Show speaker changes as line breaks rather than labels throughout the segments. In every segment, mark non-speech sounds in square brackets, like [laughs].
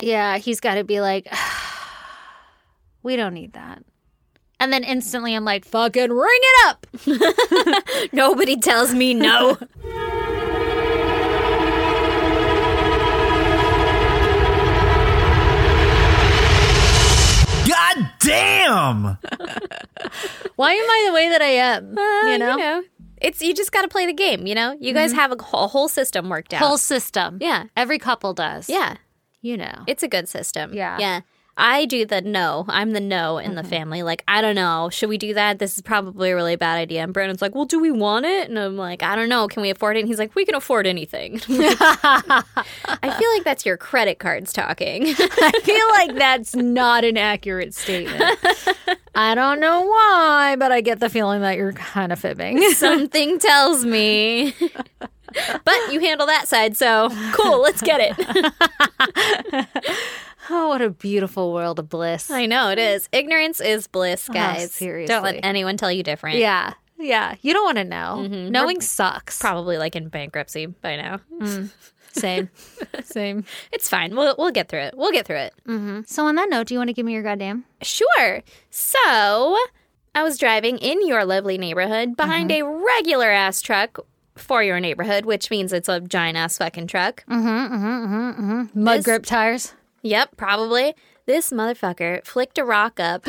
Yeah, he's got to be like, [sighs] we don't need that. And then instantly I'm like, fucking ring it up.
Nobody tells me no.
God damn!
[laughs] Why am I the way that I am?
Uh,
you know? Mm-hmm.
it's you just got to play the game. You know, you guys have a, wh- a whole system worked out.
Whole system.
Yeah.
Every couple does.
yeah,
You know.
it's a good system.
Yeah. Mm-hmm.
yeah. I do the no. I'm the no in the family. Like, I don't know. Should we do that? This is probably a really bad idea. And Brandon's like, Well, do we want it? And I'm like, I don't know. Can we afford it? And he's like, We can afford anything. [laughs] I feel like that's your credit cards talking.
[laughs]
[laughs]
I feel [laughs] like that's not an accurate [laughs] statement. I don't know why, but I get the feeling that you're kind of fibbing.
Something tells me. [laughs] but you handle that side, so cool. Let's get it.
[laughs] Oh, what a beautiful world of bliss.
I know it is. Ignorance is bliss, guys. don't
Oh, seriously.
let anyone tell you different.
yeah. Yeah. You don't want to know. Knowing sucks.
probably like in bankruptcy by now.
[laughs] Same. Same.
It's fine. We'll we'll get through it. We'll get through it.
So, on that note, do you want to give me your goddamn?
Sure. So I was driving in your lovely neighborhood behind
Mm-hmm.
a regular ass truck for your neighborhood, which means it's a giant ass fucking truck.
Mm. Mud grip tires.
Yep, probably. This motherfucker flicked a rock up. [gasps]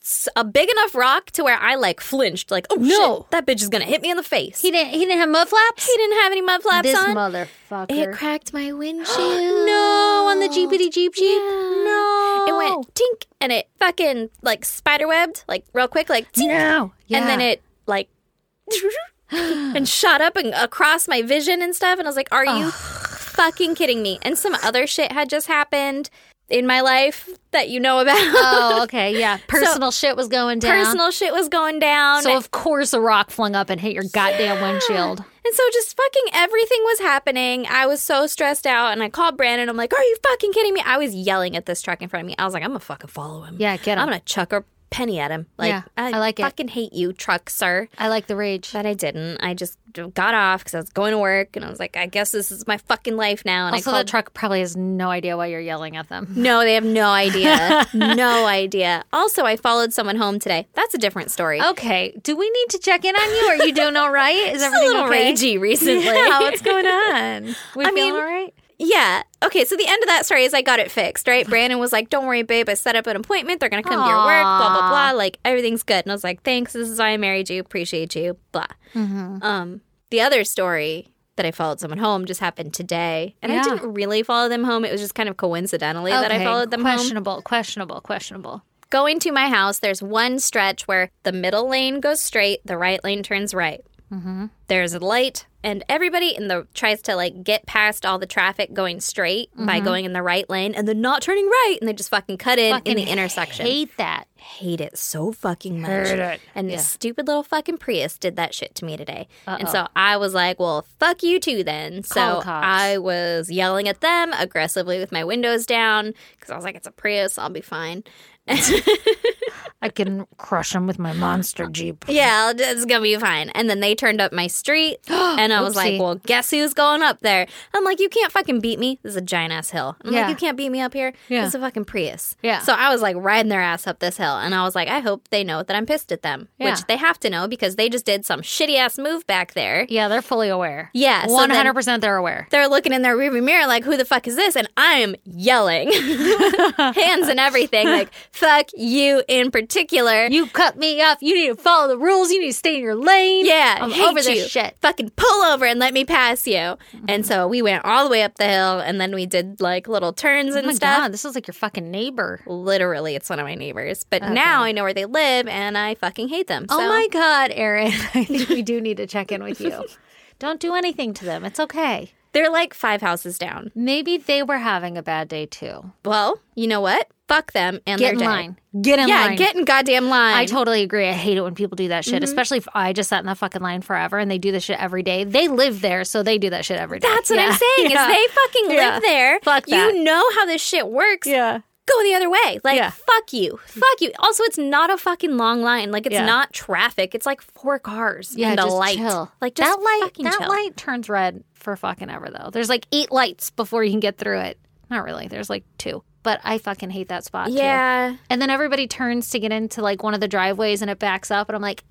S- a big enough rock to where I like flinched, like, oh
No.
shit, that bitch is gonna hit me in the face.
He didn't. He didn't have mud flaps.
He didn't have any mud flaps
this
on.
motherfucker.
it
[gasps]
cracked my windshield.
no, on the jeepity jeep jeep. No,
It went tink and it fucking like spiderwebbed, like real quick, like tink.
No, yeah.
And then it
[gasps]
like and shot up and across my vision and stuff. And I was like, are you fucking kidding me? And some other shit had just happened in my life that you know about. [laughs]
Oh, okay, [laughs] yeah. Personal shit was going down.
Personal shit was going down.
So of course a rock flung up and hit your goddamn windshield.
and so just fucking everything was happening. I was so stressed out and I called Brandon. I'm like, are you fucking kidding me? I was yelling at this truck in front of me. I was like, I'm gonna fucking follow him.
Yeah, get him.
I'm gonna chuck a penny at him. Like,
Yeah,
I,
I like it.
fucking hate you, truck, sir.
[gasps] I like the rage.
But I didn't. I just got off because I was going to work, and I was like, I guess this is my fucking life now. And
Also,
I called.
the truck probably has no idea why you're yelling at them.
[laughs] no, they have
[laughs]
no idea. no idea. Also, I followed someone home today. That's a different story.
Okay, do we need to check in on you? Are you doing all [laughs] right? Is
a
everything
little
okay?
ragey recently.
[laughs] Yeah, what's going on? We
I
feeling
mean-
all right?
Yeah. Okay. So the end of that story is I got it fixed, right? Brandon was like, "Don't worry, babe. I set up an appointment. They're gonna come to your work. Blah blah blah. Like everything's good." And I was like, "Thanks. This is why I married you. Appreciate you." Blah.
Mm-hmm.
Um, the other story that I followed someone home just happened today, and
Yeah.
I didn't really follow them home. It was just kind of coincidentally that I
Okay,
followed them home.
questionable, questionable, questionable.
Going to my house, there's one stretch where the middle lane goes straight, the right lane turns right.
Mm-hmm.
There's a light, and everybody in the tries to like get past all the traffic going straight
Mm-hmm.
by going in the right lane and then not turning right, and they just fucking cut in in the intersection.
Hate that.
Hate it so fucking much. And this stupid little fucking Prius did that shit to me today, and so I was like, "Well, fuck you too,
Call
then." So
the cops.
I was yelling at them aggressively with my windows down because I was like, "It's a Prius, I'll be fine."
I can crush them with my monster jeep.
Yeah, it's gonna be fine. And then they turned up
[gasps]
my street, and I was
Oopsie.
like, "Well, guess who's going up there?" I'm like, "You can't fucking beat me. This is a giant ass hill." I'm
Yeah.
like, "You can't beat me up here.
Yeah.
This is a fucking Prius."
Yeah.
So I was like riding their ass up this hill, and I was like, "I hope they know that I'm pissed at them,"
Yeah.
which they have to know because they just did some shitty ass move back there.
Yeah, they're fully aware.
Yeah, so
one
then-
hundred percent, they're aware.
They're looking in their rearview mirror like, "Who the fuck is this?" And I'm yelling, [laughs] hands and
[laughs]
everything, like, "Fuck you in particular."
You cut me off. You need to follow the rules. You need to stay in your lane.
Yeah,
I'm
hate
over this
you.
shit.
Fucking pull over and let me pass you. And so we went all the way up the hill, and then we did like little turns and
Oh my
stuff.
god, this is like your fucking neighbor.
Literally, it's one of my neighbors, but now I know where they live, and I fucking hate them.
Oh
so-
my god, Erin, [laughs] I think we do need to check in with you. [laughs] Don't do anything to them. It's okay.
They're like five houses down.
Maybe they were having a bad day too.
Well, you know what? Fuck them
Get
and their
in
day.
line. Get in Mm-hmm.
Yeah,
line.
get in goddamn line.
I totally agree. I hate it when people do that shit, especially if I just sat in the fucking line forever and they do this shit every day. They live there, so they do that shit every day.
That's what I'm
Yeah. [laughs]
saying.
Yeah.
Is they fucking
Yeah.
live there?
Fuck that.
You know how this shit works.
Yeah.
go the other way. Like,
Yeah.
fuck you. Fuck you. Also, it's not a fucking long line. Like, it's
Yeah.
not traffic. It's like four cars
Yeah,
and a
just
light.
chill.
Like, just
that light,
fucking
that
chill.
light turns red for fucking ever though. There's like eight lights before you can get through it. Not really. There's like two. But I fucking hate that spot. too.
Yeah.
And then everybody turns to get into like one of the driveways and it backs up and I'm like,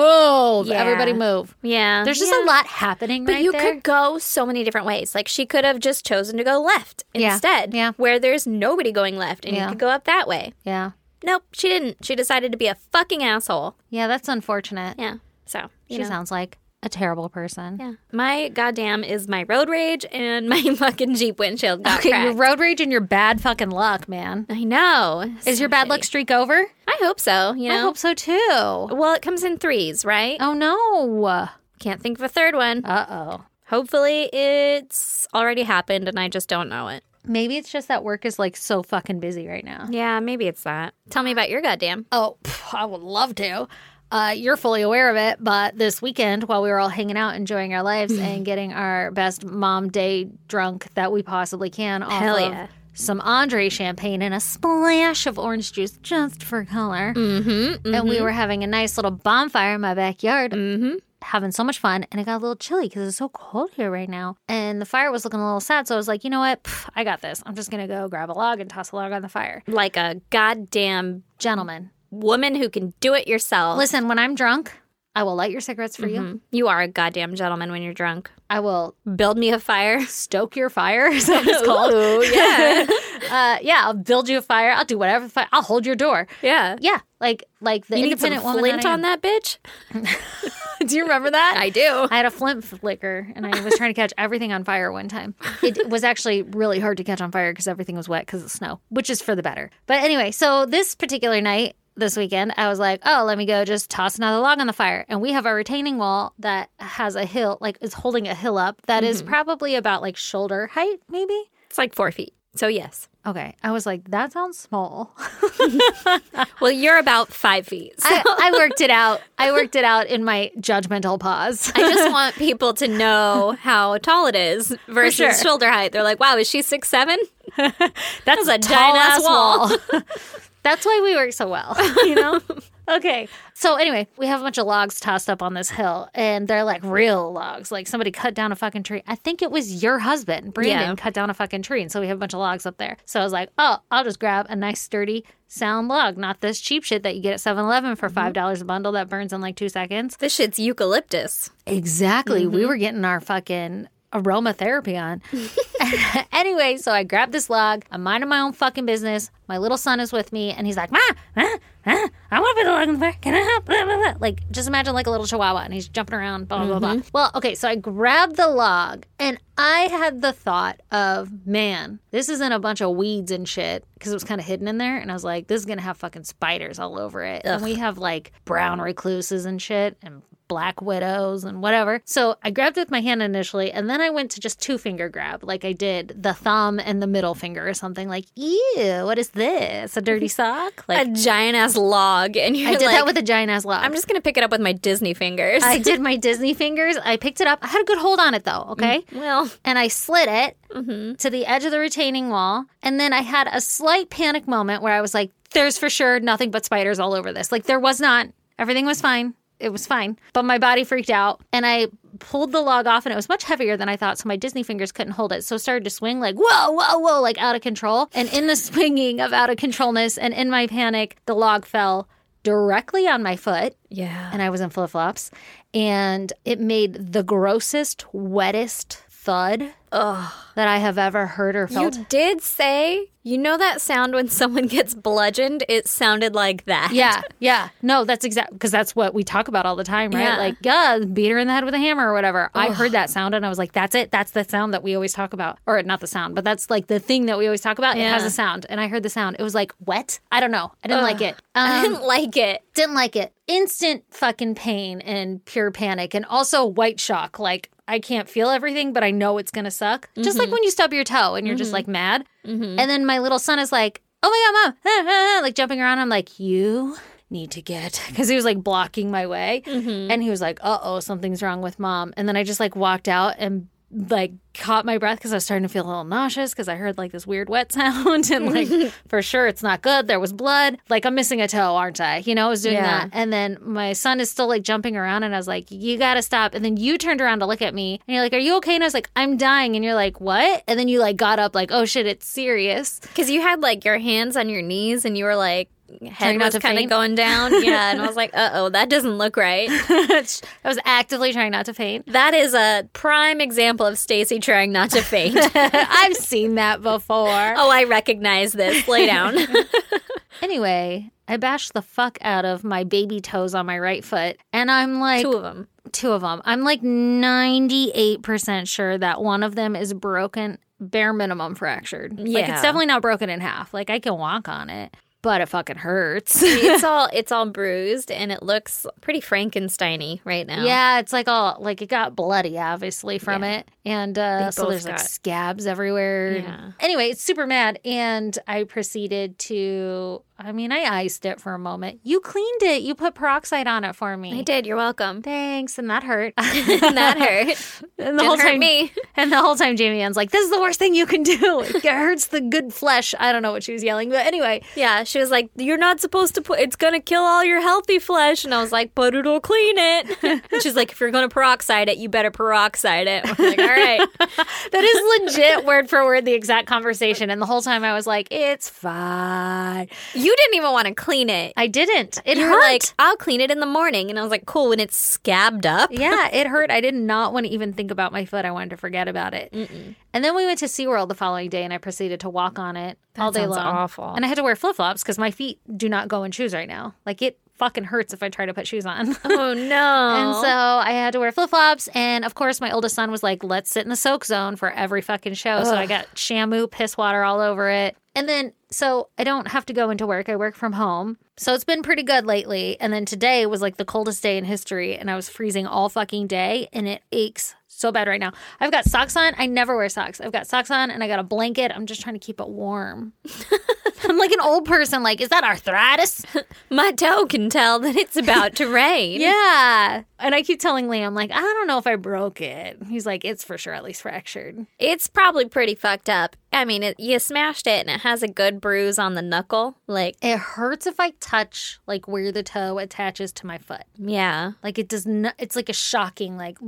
move.
Yeah.
Everybody move.
Yeah.
There's just
Yeah.
a lot happening
But
right
you
there.
could go so many different ways. Like she could have just chosen to go left
Yeah.
instead,
Yeah.
where there's nobody going left, and
Yeah.
you could go up that way.
yeah.
Nope, she didn't. She decided to be a fucking asshole.
Yeah, that's unfortunate.
Yeah. So you
she
know.
sounds like a terrible person.
Yeah. My goddamn is my road rage and [laughs] my fucking Jeep windshield
[laughs]
got
Okay, your
cracked.
road rage and your bad fucking luck, man.
I know.
Is your bad luck streak over?
I hope so. You know.
I hope so too.
Well, it comes in threes, right?
Oh no.
Can't think of a third one.
Uh oh.
Hopefully, it's already happened and I just don't know it.
Maybe it's just that work is like so fucking busy right now.
Yeah, maybe it's that. Tell me about your goddamn.
Oh, pff, I would love to. Uh, you're fully aware of it, but this weekend, while we were all hanging out, enjoying our [laughs] lives, and getting our best mom day drunk that we possibly can, off
Hell
of
yeah.
some Andre champagne and a splash of orange juice just for color,
Mm-hmm.
and we were having a nice little bonfire in my backyard, mm-hmm. having so much fun, and it got a little chilly because it's so cold here right now, and the fire was looking a little sad, so I was like, you know what, Pff, I got this. I'm just gonna go grab a log and toss a log on the fire,
Like a goddamn
gentlemen.
woman who can do it yourself.
Listen, when I'm drunk, I will light your cigarettes for you.
Mhm. You are a goddamn gentleman when you're drunk.
I will
Build me a fire.
stoke your fire. [laughs] Is that what it's called?
[laughs] Ooh, [laughs] yeah.
uh, yeah, I'll build you a fire. I'll do whatever. Fi- I'll hold your door.
Yeah.
Yeah, like like the
You need some
independent woman.
flint
I
on
am.
that bitch?
Do you remember that?
I do.
I had a flint flicker and I was trying to catch everything on fire one time. [laughs] It was actually really hard to catch on fire because everything was wet because of snow, which is for the better. But anyway, so this particular night, this weekend, I was like, oh, let me go just toss another log on the fire. And we have a retaining wall that has a hill, like is holding a hill up that is probably about like shoulder height, maybe.
[laughs] It's like four feet. So, yes.
Okay. I was like, that sounds small.
Well, you're about five feet. So.
I, I worked it out. [laughs] I worked it out in my judgmental pause. [laughs]
I just want people to know how tall it [laughs] is versus
sure.
shoulder height. They're like, "Wow, is she six seven? [laughs] That's
tall
a giant ass
ass
wall."
wall. [laughs] That's why we work so well, [laughs] you know? okay. So, anyway, we have a bunch of logs tossed up on this hill, and they're like real logs. Like somebody cut down a fucking tree. I think it was your husband, Brandon,
Yeah.
cut down a fucking tree. And so we have a bunch of logs up there. So I was like, oh, I'll just grab a nice, sturdy, sound log, not this cheap shit that you get at 7 Eleven for $5 dollars a bundle that burns in like two seconds.
This shit's eucalyptus.
Exactly. We were getting our fucking aromatherapy on. [laughs] anyway, so I grabbed this log. I'm minding my own fucking business. My little son is with me, and he's like, Ma, ah, ah, I want to put a log in the fire. Can I help? Blah, blah, blah. Like, just imagine like a little chihuahua, and he's jumping around, blah, blah, blah. Well, okay, so I grabbed the log, and I had the thought of, man, this isn't a bunch of weeds and shit, because it was kind of hidden in there. And I was like, this is going to have fucking spiders all over it. And we have like brown recluses and shit, and black widows and whatever. So I grabbed with my hand initially, and then I went to just two finger grab, like I did the thumb and the middle finger or something. Like, ew, what is this? A dirty
[laughs]
sock?
A
Like
giant ass log, and you're
I did
like,
that with a giant ass log.
"I'm just gonna pick it up with my Disney fingers." [laughs]
I did my Disney fingers. I picked it up. I had a good hold on it though. Okay.
well,
and I slid it to the edge of the retaining wall. And then I had a slight panic moment where I was like, there's for sure nothing but spiders all over this. Like, there was not, everything was fine. It was fine. But my body freaked out and I pulled the log off and it was much heavier than I thought. So my Disney fingers couldn't hold it. So it started to swing like, whoa, whoa, whoa, like out of control. And in the [laughs] swinging of out of controlness and in my panic, the log fell directly on my foot
yeah.
and I was in flip flops, and it made the grossest, wettest thud that I have ever heard or
You
felt.
did say, you know that sound when someone gets bludgeoned? It sounded like that.
yeah, yeah. No, that's exact because that's what we talk about all the time, right?
Yeah.
Like, yeah, beat her in the head with a hammer or whatever. I heard that sound and I was like, that's it. That's the sound that we always talk about, or not the sound, but that's like the thing that we always talk about. It has
Yeah.
a sound, and I heard the sound. It was like wet. I don't know. I didn't like it.
[laughs] I
Um,
didn't like it.
didn't like it. Instant fucking pain and pure panic, and also white shock. Like, I can't feel everything, but I know it's gonna suck. Just like when you stub your toe and you're just like mad. And then my little son is like, oh my God, mom, [laughs] ah, ah, ah, like jumping around. I'm like, you need to get, [laughs] because he was like blocking my way. And he was like, uh oh, something's wrong with mom. And then I just like walked out and like caught my breath because I was starting to feel a little nauseous because I heard like this weird wet [laughs] sound and like for sure it's not good. There was blood. Like I'm missing a toe, aren't I? You know, I was doing
Yeah.
that. And then my son is still like jumping around and I was like, You gotta stop. And then you turned around to look at me and you're like, Are you okay? And I was like, I'm dying. And you're like, What? And then you like got up like, Oh shit, it's serious.
Because you had like your hands on your knees and you were like, head
Trying not
was
to
kind of
faint?
going down. [laughs] Yeah. And I was like, uh oh, that doesn't look [laughs] right.
I was actively trying not to faint. [laughs]
That is a prime example of Stacy trying not to
[laughs]
faint.
I've seen that before.
oh, I recognize this.
[laughs]
Lay down.
Anyway, I bashed the fuck out of my baby toes on my right foot. And I'm like,
Two of them.
two of them. I'm like 98% sure that one of them is broken, bare minimum fractured. Like
Yeah.
it's definitely not broken in half. Like I can walk on it, but it fucking hurts. [laughs]
It's all it's all bruised and it looks pretty Frankensteiny right now.
Yeah, it's like all like it got bloody obviously from it, and uh,
They
so
both
there's like
got-
scabs everywhere.
Yeah.
Anyway, it's super mad, and I proceeded to. I mean, I iced it for a moment. You cleaned it. You put peroxide on it for me.
I did.
[laughs]
You're welcome. [laughs]
Thanks, and that hurt. [laughs]
that hurt.
and the
Didn't
whole
hurt
time,
me.
[laughs] and the whole time, Jamie Ann's like, "This is the worst thing you can do. [laughs] It hurts the good flesh." I don't know what she was yelling, but anyway,
Yeah, she was like, "You're not supposed to put. It's gonna kill all your healthy flesh." And I was like, "But it'll clean
[laughs]
it." and she's like, "If you're gonna peroxide it, you better peroxide it." I'm like,
[laughs]
"All right,
that is legit
[laughs]
word for word the exact conversation. And the whole time, I was like, "It's fine."
you didn't even want to clean it."
I didn't. It
You
hurt.
were like, "I'll clean it in the morning," and I was like, "Cool." When it's scabbed up,
[laughs] yeah, it hurt. I did not want to even think about my foot. I wanted to forget about it. And then we went to SeaWorld the following day and I proceeded to walk on it all day
sounds
long.
awful.
And I had to wear flip flops because my feet do not go in shoes right now. Like it fucking hurts if I try to put shoes on.
[laughs] oh no!
And so I had to wear flip flops. And of course, my oldest son was like, let's sit in the soak zone for every fucking show. So I got shamu, piss water all over it. And then, so I don't have to go into work. I work from home. So it's been pretty good lately. And then today was like the coldest day in history. And I was freezing all fucking day and it aches so bad right now. I've got socks on. I never wear socks. I've got socks on and I got a blanket. I'm just trying to keep it warm. [laughs] I'm like an old person. Like, is that arthritis?
my toe can tell that it's about to [laughs] rain.
Yeah. And I keep telling Liam, like, I don't know if I broke it. He's like, it's for sure at least fractured.
It's probably pretty fucked up. I mean, it, you smashed it, and it has a good bruise on the knuckle. Like,
It hurts if I touch like where the toe attaches to my foot.
yeah,
Like it does not. It's like a shocking like. You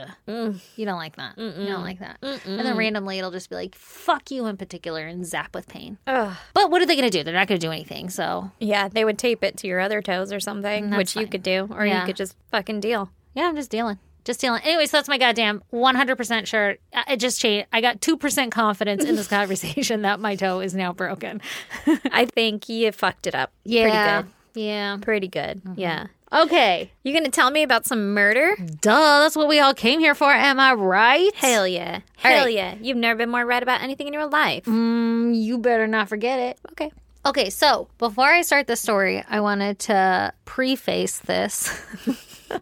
don't like that. You don't like that. And then randomly it'll just be like, "Fuck you" in particular, and zap with pain.
Ugh.
But what are they gonna do? They're not gonna do anything. So
Yeah, they would tape it to your other toes or something, which you
fine.
could do, or you
Yeah.
could just fucking deal.
yeah, I'm just dealing. Just dealing. Anyway, so that's my goddamn 100% sure. I it just changed. I got 2% confidence in this [laughs] conversation that my toe is now broken.
[laughs] I think you fucked it up. Pretty good.
Yeah.
Pretty good. Yeah.
Okay.
Mm-hmm. You gonna tell me about some murder?
Duh, that's what we all came here for, am I right?
Hell yeah. Hell
right.
yeah. You've never been more right about anything in your life.
Mm, you better not forget it.
Okay.
Okay, so before I start the story, I wanted to preface this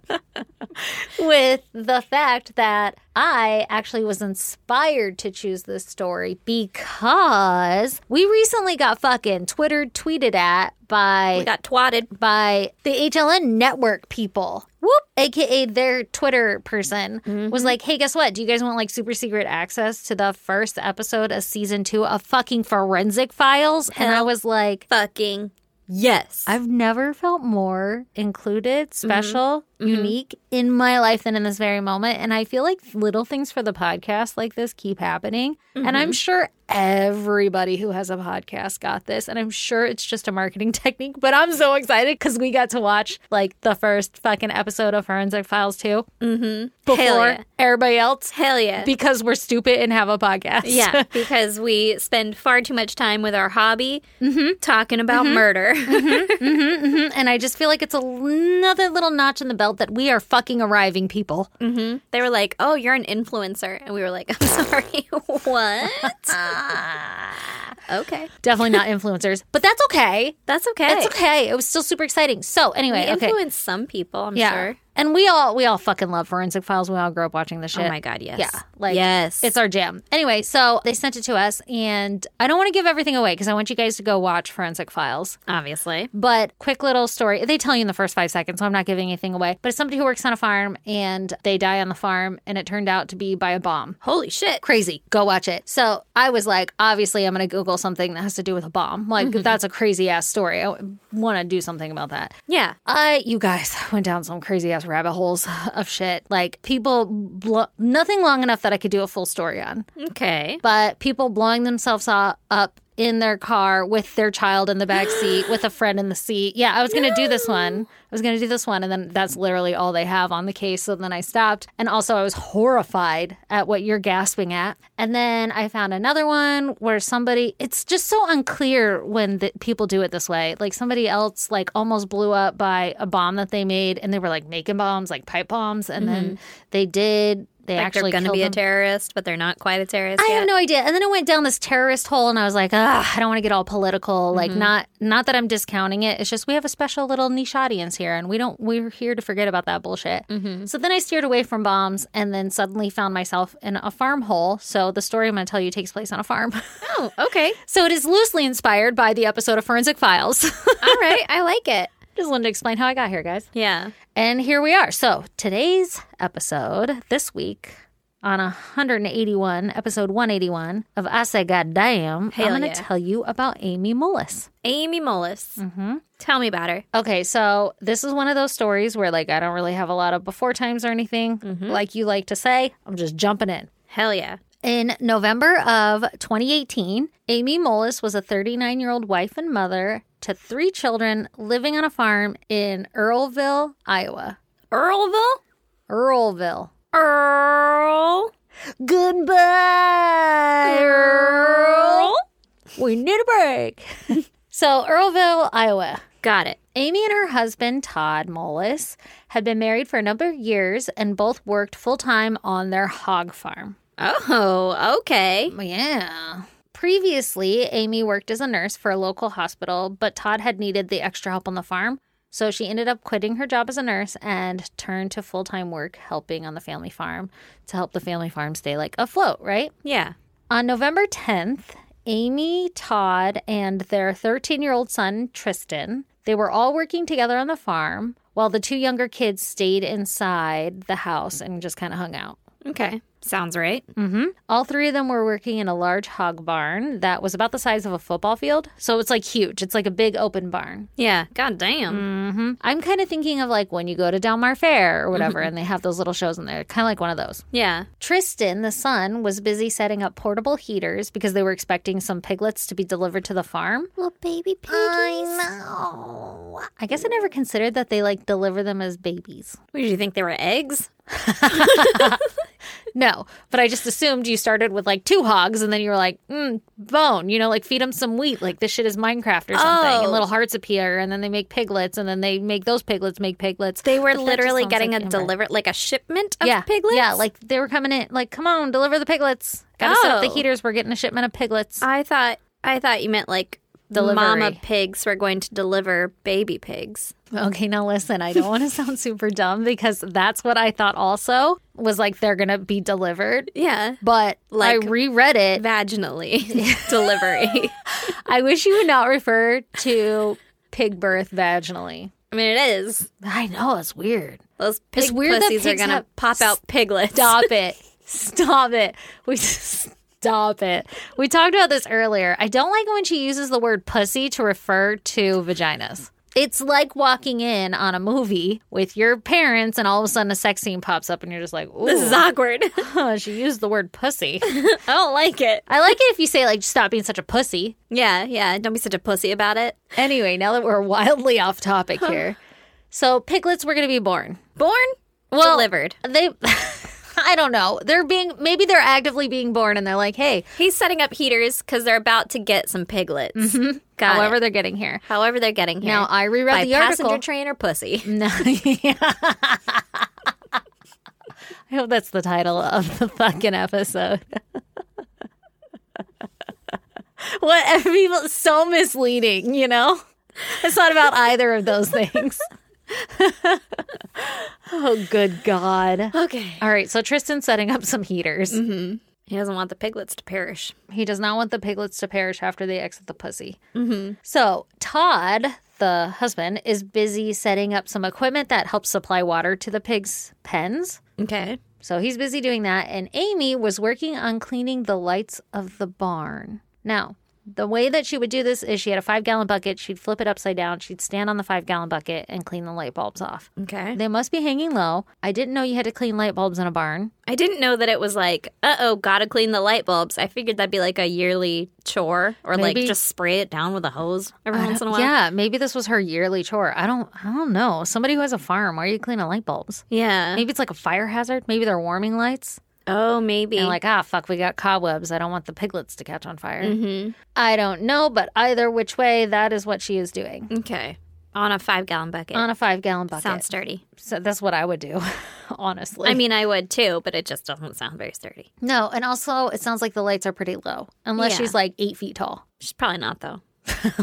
[laughs] with the fact that I actually was inspired to choose this story because we recently got fucking Twittered, tweeted at by
We got twatted.
by the HLN network people. Whoop, aka their Twitter person was like, "Hey, guess what? Do you guys want like super secret access to the first episode of season 2 of fucking Forensic Files?" And I was like,
Fucking yes.
I've never felt more included,
Mm-hmm.
special, unique in my life than in this very moment. And I feel like little things for the podcast like this keep happening. And
Mm-hmm.
I'm sure everybody who has a podcast got this. And I'm sure it's just a marketing [laughs] technique, but I'm so excited because we got to watch like the first fucking episode of Forensic Files 2 mm-hmm. before
yeah.
everybody else
Hell yeah.
because we're stupid and have a podcast.
yeah, [laughs] because we spend far too much time with our hobby talking about murder.
[laughs] and I just feel like it's another little notch in the belt that we are fucking arriving people.
[laughs] they were like, "Oh, you're an influencer," and we were like, "I'm sorry, [laughs] what?" okay,
Definitely not influencers, but that's okay.
that's okay.
That's okay. It was still super exciting. So anyway,
They
okay.
influence some people, I'm
Yeah.
sure.
And we all we all fucking love forensic files. We all grew up watching the shit.
Oh my god, yes.
Yeah. Like
yes.
it's our jam. Anyway, so they sent it to us and I don't want to give everything away because I want you guys to go watch Forensic Files.
obviously.
But quick little story. They tell you in the first five seconds, so I'm not giving anything away. But it's somebody who works on a farm and they die on the farm and it turned out to be by a bomb.
Holy shit.
Crazy. Go watch it. So I was like, obviously, I'm going to Google something that has to do with a bomb. Like, that's a crazy ass story. I want to do something about that.
Yeah.
Uh, you guys [laughs] went down some crazy ass rabbit holes of shit. Like people, blo- nothing long enough that I could do a full story on,
Okay.
but people blowing themselves o- up in their car with their child in the
[gasps]
back seat with a friend in the seat. Yeah, I was gonna do this one. I was gonna do this one, and then that's literally all they have on the case. So then I stopped, and also I was horrified at what you're gasping at. And then I found another one where somebody. It's just so unclear when the, people do it this way. Like somebody else, like almost blew up by a bomb that they made, and they were like making bombs, like pipe bombs, and then they did. They
Mm-hmm. Like
actually
they're going to
killed
be a
them.
terrorist, but they're not quite a terrorist
I
yet.
have no idea. And then it went down this terrorist hole, and I was like, Ugh, I don't want to get all political. Like, not not that I'm discounting it. It's just we have a special little niche audience here, and we don't. We're here to forget about that bullshit. So then I steered away from bombs, and then suddenly found myself in a farm hole. So the story I'm going to tell you takes place on a farm.
Oh, okay.
[laughs] so it is loosely inspired by the episode of Forensic Files. [laughs]
All right. I like it.
just wanted to explain how I got here, guys.
[laughs] Yeah.
And here we are. So today's episode, this week, on 181, episode 181 of I Say Goddamn,
Hell
I'm going to
yeah.
tell you about Amy Mullis.
Amy Mullis. Mm-hmm. Tell me about her.
Okay, so this is one of those stories where, like, I don't really have a lot of before times or anything,
Mm-hmm.
like you like to say. I'm just jumping in.
Hell yeah.
In November of 2018, Amy Mullis was a 39 year old wife and mother to three children living on a farm in Earlville, Iowa.
Earlville?
Earlville.
Earl.
Goodbye,
Earl.
We need a break. [laughs] so, Earlville, Iowa.
Got it.
Amy and her husband, Todd Mullis, had been married for a number of years and both worked full time on their hog farm.
Oh, okay.
Yeah. Previously, Amy worked as a nurse for a local hospital, but Todd had needed the extra help on the farm. So she ended up quitting her job as a nurse and turned to full time work helping on the family farm to help the family farm stay like afloat, right?
Yeah.
On November 10th, Amy, Todd, and their 13 year old son, Tristan, they were all working together on the farm while the two younger kids stayed inside the house and just kind of hung out.
Okay. Sounds right.
All three of them were working in a large hog barn that was about the size of a football field. So it's like huge, it's like a big open barn.
Yeah. God
Mm.
damn.
I'm kind of thinking of like when you go to Delmar Fair or whatever and they have those little shows in there, kind of like one of those.
Yeah.
Tristan, the son, was busy setting up portable heaters because they were expecting some piglets to be delivered to the farm. Well, baby piggies. I know. I guess I never considered that they like deliver them as babies.
What did you think they were eggs?
No, but I just assumed you started with like two hogs and then you were like, mm, bone, you know, like feed them some wheat. Like this shit is Minecraft or something.
Oh.
And little hearts appear and then they make piglets and then they make those piglets make piglets.
They
But
were
that just
literally
sounds
getting
like
a
inbred.
deliver like a shipment of
yeah,
piglets.
Yeah, like they were coming in, like, come on, deliver the piglets. Gotta set up the
Oh.
heaters. We're getting a shipment of piglets.
I thought I thought you meant like
Delivery.
mama pigs were going to deliver baby pigs.
Okay, now listen, I don't want to [laughs] sound super dumb because that's what I thought also was like they're going to be delivered.
Yeah.
But
Like-
I reread it. [laughs]
Vaginally [laughs] delivery.
I wish you would not refer to pig birth vaginally.
I mean it is.
I know, it's weird.
Those pig
weird that
pussies are
pigs
gonna
have-
pop out piglets. [laughs]
[laughs] Stop it. Stop it. We [laughs] stop it. We talked about this earlier. I don't like when she uses the word pussy to refer to vaginas. It's like walking in on a movie with your parents and all of a sudden a sex scene pops up and you're just like, ooh.
This
[laughs]
is awkward.
she used the word pussy.
[laughs] I don't like it.
I like it if you say like stop being such a pussy.
Yeah, yeah. Don't be such a pussy about it.
Anyway, now that we're wildly off topic here. So piglets were going to be born. [laughs]
Born?
Well-
delivered.
They I don't know. They're being maybe they're actively being born and they're like, "Hey,
He's setting up heaters because they're about to get some piglets. Got
Mm-hmm. however
it.
they're getting here."
however they're getting here.
Now, I reread
by
the
passenger
article.
train
[laughs]
or pussy.
No. I hope that's the title of the fucking episode. [laughs] what people so misleading, you know? It's not about either of those things. [laughs] Oh, good God.
Okay.
All right, so Tristan's setting up some heaters.
He doesn't want the piglets to perish.
He does not want the piglets to perish after they exit the pussy. So Todd, the husband, is busy setting up some equipment that helps supply water to the pigs' pens.
Okay.
So he's busy doing that. And Amy was working on cleaning the lights of the barn. Now, the way that she would do this is she had a five gallon bucket. She'd flip it upside down. She'd stand on the five gallon bucket and clean the light bulbs off.
Okay.
They must be hanging low. I didn't know you had to clean light bulbs in a barn.
I didn't know that it was like, uh oh, gotta clean the light bulbs. I figured that'd be like a yearly chore or
Maybe.
like just spray it down with a hose every once in a while.
Yeah, maybe this was her yearly chore. I don't I don't know. Somebody who has a farm, why are you cleaning light bulbs?
Yeah.
Maybe it's like a fire hazard. Maybe they're warming lights.
Oh, maybe.
And like, ah, fuck, we got cobwebs. I don't want the piglets to catch on fire.
Mm-hmm.
I don't know, but either which way, that is what she is doing
okay. On a five gallon bucket.
on a five gallon bucket.
Sounds sturdy.
so that's what I would do, [laughs] honestly.
I mean, I would too, but it just doesn't sound very sturdy.
no, and also it sounds like the lights are pretty low, unless
Yeah.
she's like eight feet
[laughs]
tall.
She's probably not, though.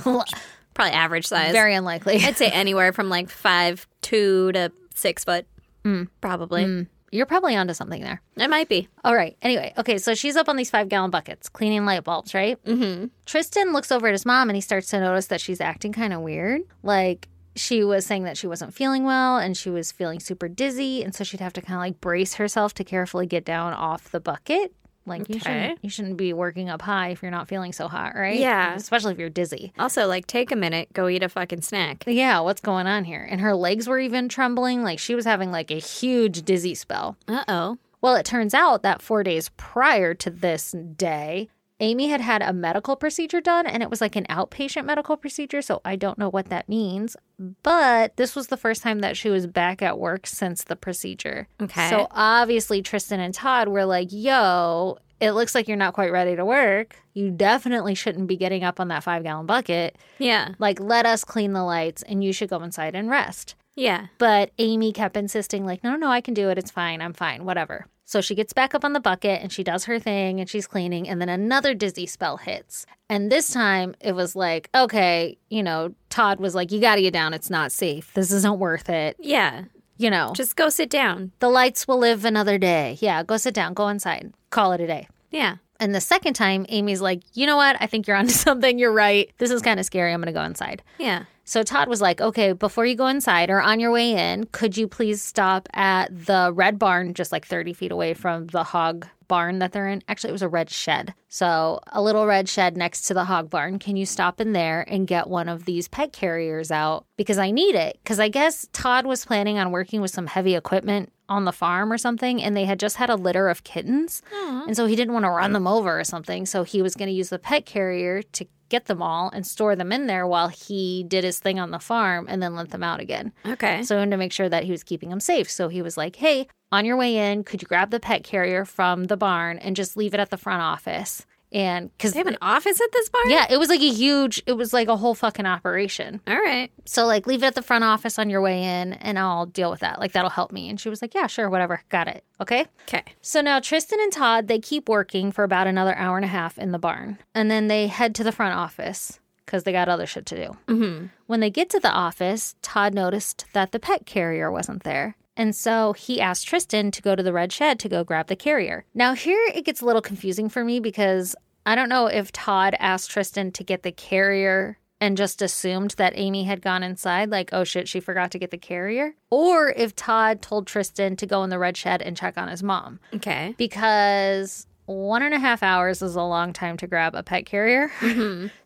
Probably average size.
Very unlikely.
I'd say anywhere from like five, two to six foot.
Mm.
Probably.
[laughs] You're probably onto something there.
It might be.
All right. Anyway, okay, so she's up on these five gallon buckets cleaning light bulbs, right? Mm-hmm. Tristan looks over at his mom and he starts to notice that she's acting kind of weird. Like she was saying that she wasn't feeling well and she was feeling super dizzy, and so she'd have to kind of like brace herself to carefully get down off the bucket. Like you
Okay.
shouldn't you shouldn't be working up high if you're not feeling so hot, right?
Yeah.
Especially if you're dizzy.
Also, like, take a minute, go eat a fucking snack.
Yeah, what's going on here? And her legs were even trembling, like she was having like a huge dizzy spell.
Uh oh.
Well, it turns out that four days prior to this day, Amy had had a medical procedure done, and it was like an outpatient medical procedure. So I don't know what that means. But this was the first time that she was back at work since the procedure.
Okay.
So obviously, Tristan and Todd were like, yo, it looks like you're not quite ready to work. You definitely shouldn't be getting up on that five gallon bucket.
Yeah.
Like, let us clean the lights, and you should go inside and rest.
Yeah.
But Amy kept insisting, like, no, no, I can do it. It's fine. I'm fine. Whatever. So she gets back up on the bucket and she does her thing and she's cleaning. And then another dizzy spell hits. And this time it was like, okay, you know, Todd was like, you got to get down. It's not safe. This isn't worth it.
Yeah.
You know,
Just go sit down.
the lights will live another day. Yeah, go sit down, go inside, call it a day.
Yeah.
And the second time, Amy's like, you know what? I think you're onto [laughs] something. You're right. This is kind of scary. I'm going to go inside.
Yeah.
So Todd was like, okay, before you go inside or on your way in, could you please stop at the red barn, just like 30 feet away from the hog barn that they're in? Actually, it was a red shed. So a little red shed next to the hog barn. Can you stop in there and get one of these pet carriers out? Because I need it. Because I guess Todd was planning on working with some heavy equipment on the farm or something, and they had just had a litter of kittens. And so he didn't want to run them over or something. So he was going to use the pet carrier to get them all and store them in there while he did his thing on the farm and then let them out again.
Okay.
So he wanted to make sure that he was keeping them safe. So he was like, hey, on your way in, could you grab the pet carrier from the barn and just leave it at the front office? And because,
They have an office at this bar?
yeah, it was like a huge, it was like a whole fucking operation.
All right.
So like leave it at the front office on your way in and I'll deal with that. Like that'll help me. And she was like, "Yeah, sure, whatever. Got it." Okay?
Okay.
So now Tristan and Todd, they keep working for about another hour and a half in the barn. And then they head to the front office cuz they got other shit to do. When they get to the office, Todd noticed that the pet carrier wasn't there. And so he asked Tristan to go to the red shed to go grab the carrier. Now, here it gets a little confusing for me because I don't know if Todd asked Tristan to get the carrier and just assumed that Amy had gone inside, like, oh shit, she forgot to get the carrier, or if Todd told Tristan to go in the red shed and check on his mom [laughs]
Okay.
because one and a half hours is a long time to grab a pet carrier.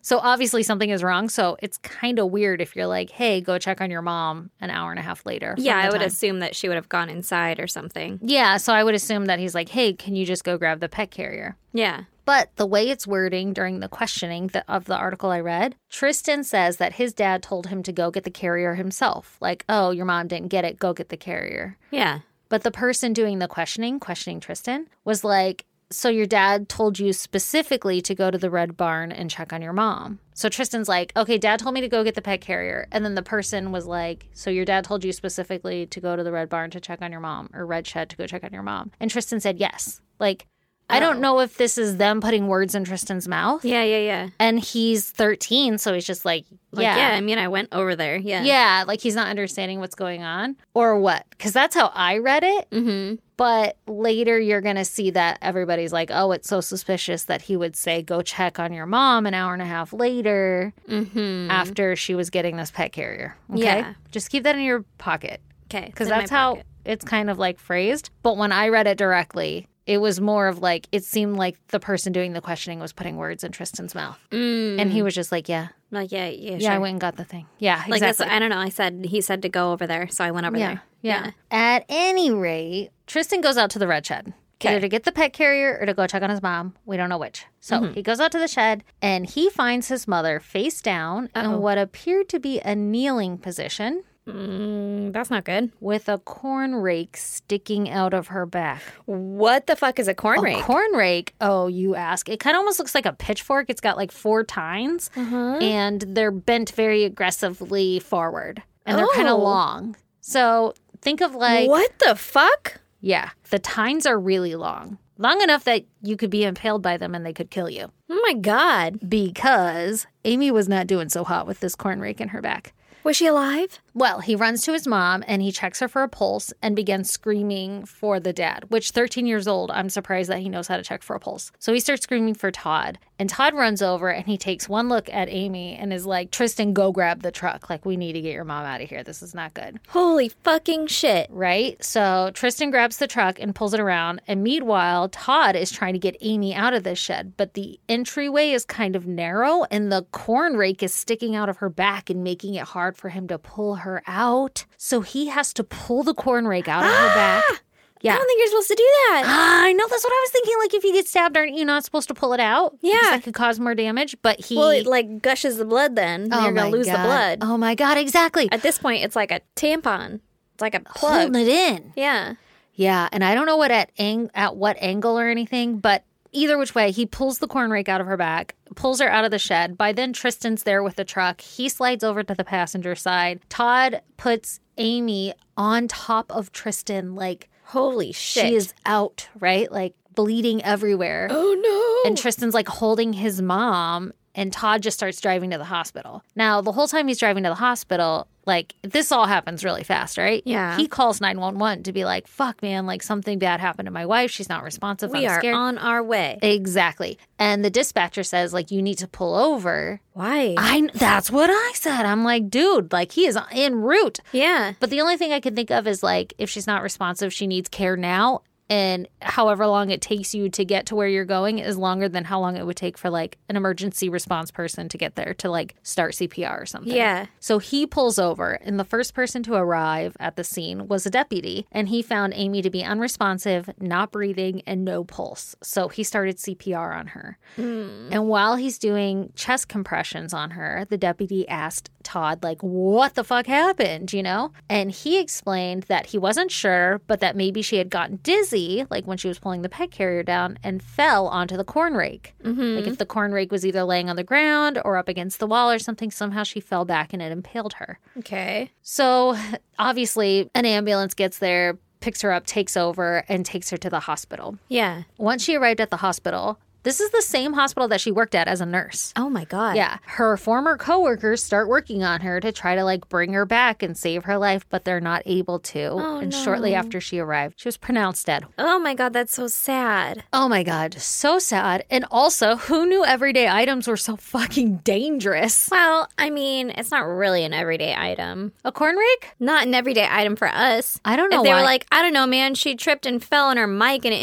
so obviously something is wrong. So it's kind of weird if you're like, hey, go check on your mom an hour and a half later. from
Yeah,
the
I would
time.
assume that she would have gone inside or something.
Yeah, so I would assume that he's like, hey, can you just go grab the pet carrier?
Yeah.
But the way it's wording during the questioning that, of the article I read, Tristan says that his dad told him to go get the carrier himself. Like, oh, your mom didn't get it, go get the carrier.
Yeah.
But the person doing the questioning, questioning Tristan, was like, So your dad told you specifically to go to the red barn and check on your mom. So Tristan's like, Okay, dad told me to go get the pet carrier. And then the person was like, So your dad told you specifically to go to the red barn to check on your mom or red shed to go check on your mom. And Tristan said, Yes. Like, I don't know if this is them putting words in Tristan's mouth.
Oh. Yeah, yeah, yeah.
And he's 13, so he's just like,
Like, yeah. I mean, I went over there. Yeah.
Yeah, like he's not understanding what's going on or what. Because that's how I read it.
Mm-hmm.
But later you're going to see that everybody's like, oh, it's so suspicious that he would say, go check on your mom an hour and a half later
Mm-hmm.
after she was getting this pet carrier. Okay.
Yeah.
Just keep that in your pocket
Okay.
because that's how it's kind of like phrased. But when I read it directly, it was more of like, it seemed like the person doing the questioning was putting words in Tristan's mouth.
Mm.
And he was just like, yeah,
Like yeah, yeah,
yeah, I
sure.
went and got the thing. Yeah,
Like
exactly.
that's I don't know. I said he said to go over there, so I went over there.
yeah. At any rate, Tristan goes out to the red shed. Either to get the pet carrier or to go check on his mom. We don't know which. So he goes out to the shed and he finds his mother face down in what appeared to be a kneeling position
Mm, that's not good.
with a corn rake sticking out of her back.
What the fuck is a corn
A
rake?
corn rake, oh, you ask. It kind of almost looks like a pitchfork. It's got like four tines and they're bent very aggressively forward and they're kind
Oh.
of long. So think of like.
what the fuck?
Yeah. The tines are really long. Long enough that you could be impaled by them and they could kill you.
Oh my god.
Because Amy was not doing so hot with this corn rake in her back.
Was she alive?
Well, he runs to his mom and he checks her for a pulse and begins screaming for the dad, which 13 years old, I'm surprised that he knows how to check for a pulse. So he starts screaming for Todd. And Todd runs over and he takes one look at Amy and is like, Tristan, go grab the truck. Like, we need to get your mom out of here. This is not good.
Holy fucking shit.
Right? So Tristan grabs the truck and pulls it around. And meanwhile, Todd is trying to get Amy out of this shed, but the entryway is kind of narrow and the corn rake is sticking out of her back and making it hard for him to pull her out. So he has to pull the corn rake out of her back.
I
Yeah.
don't think you're supposed to do that. [gasps]
Ah, I know that's what I was thinking. Like, if you get stabbed, aren't you not supposed to pull it out? Because
Yeah.
that could cause more damage. But he,
Well, it like gushes the blood then.
Oh
you're going
my
to lose
God.
the blood.
Oh my god, exactly.
At this point, it's like a tampon. It's like a plug.
Holding it in.
Yeah.
Yeah, and I don't know what at ang- at what angle or anything, but either which way, he pulls the corn rake out of her back, pulls her out of the shed. By then, Tristan's there with the truck. He slides over to the passenger side. Todd puts Amy on top of Tristan, like
Holy shit.
she is out, right? Like bleeding everywhere.
oh
And Tristan's like holding his mom, and Todd just starts driving to the hospital. Now, the whole time he's driving to the hospital, like this all happens really fast, right?
Yeah.
He calls 911 to be like, fuck, man, like something bad happened to my wife. She's not responsive.
We
I'm
are
scared.
on our way.
exactly. And the dispatcher says, like, you need to pull over.
Why?
I that's what I said. I'm like, dude, like he is en route.
yeah.
But the only thing I can think of is like if she's not responsive, she needs care now. And however long it takes you to get to where you're going is longer than how long it would take for like an emergency response person to get there to like start CPR or something.
Yeah.
So he pulls over, and the first person to arrive at the scene was a deputy, and he found Amy to be unresponsive, not breathing, and no pulse. So he started CPR on her. And while he's doing chest compressions on her, the deputy asked Todd, like, what the fuck happened, you know? And he explained that he wasn't sure, but that maybe she had gotten dizzy, like when she was pulling the pet carrier down, and fell onto the corn rake. Like if the corn rake was either laying on the ground or up against the wall or something, somehow she fell back and it impaled her.
Okay.
So obviously, an ambulance gets there, picks her up, takes over, and takes her to the hospital.
Yeah.
Once she arrived at the hospital, this is the same hospital that she worked at as a nurse.
Oh my god.
Yeah. Her former coworkers start working on her to try to like bring her back and save her life, but they're not able to. and shortly after she arrived, she was pronounced dead.
Oh my god, that's so sad.
Oh my God. So sad. And also, who knew everyday items were so fucking dangerous?
Well, I mean, it's not really an everyday item.
A corn rake?
Not an everyday item for us.
I don't know.
If they
why.
were like, I don't know, man, she tripped and fell on her mic and it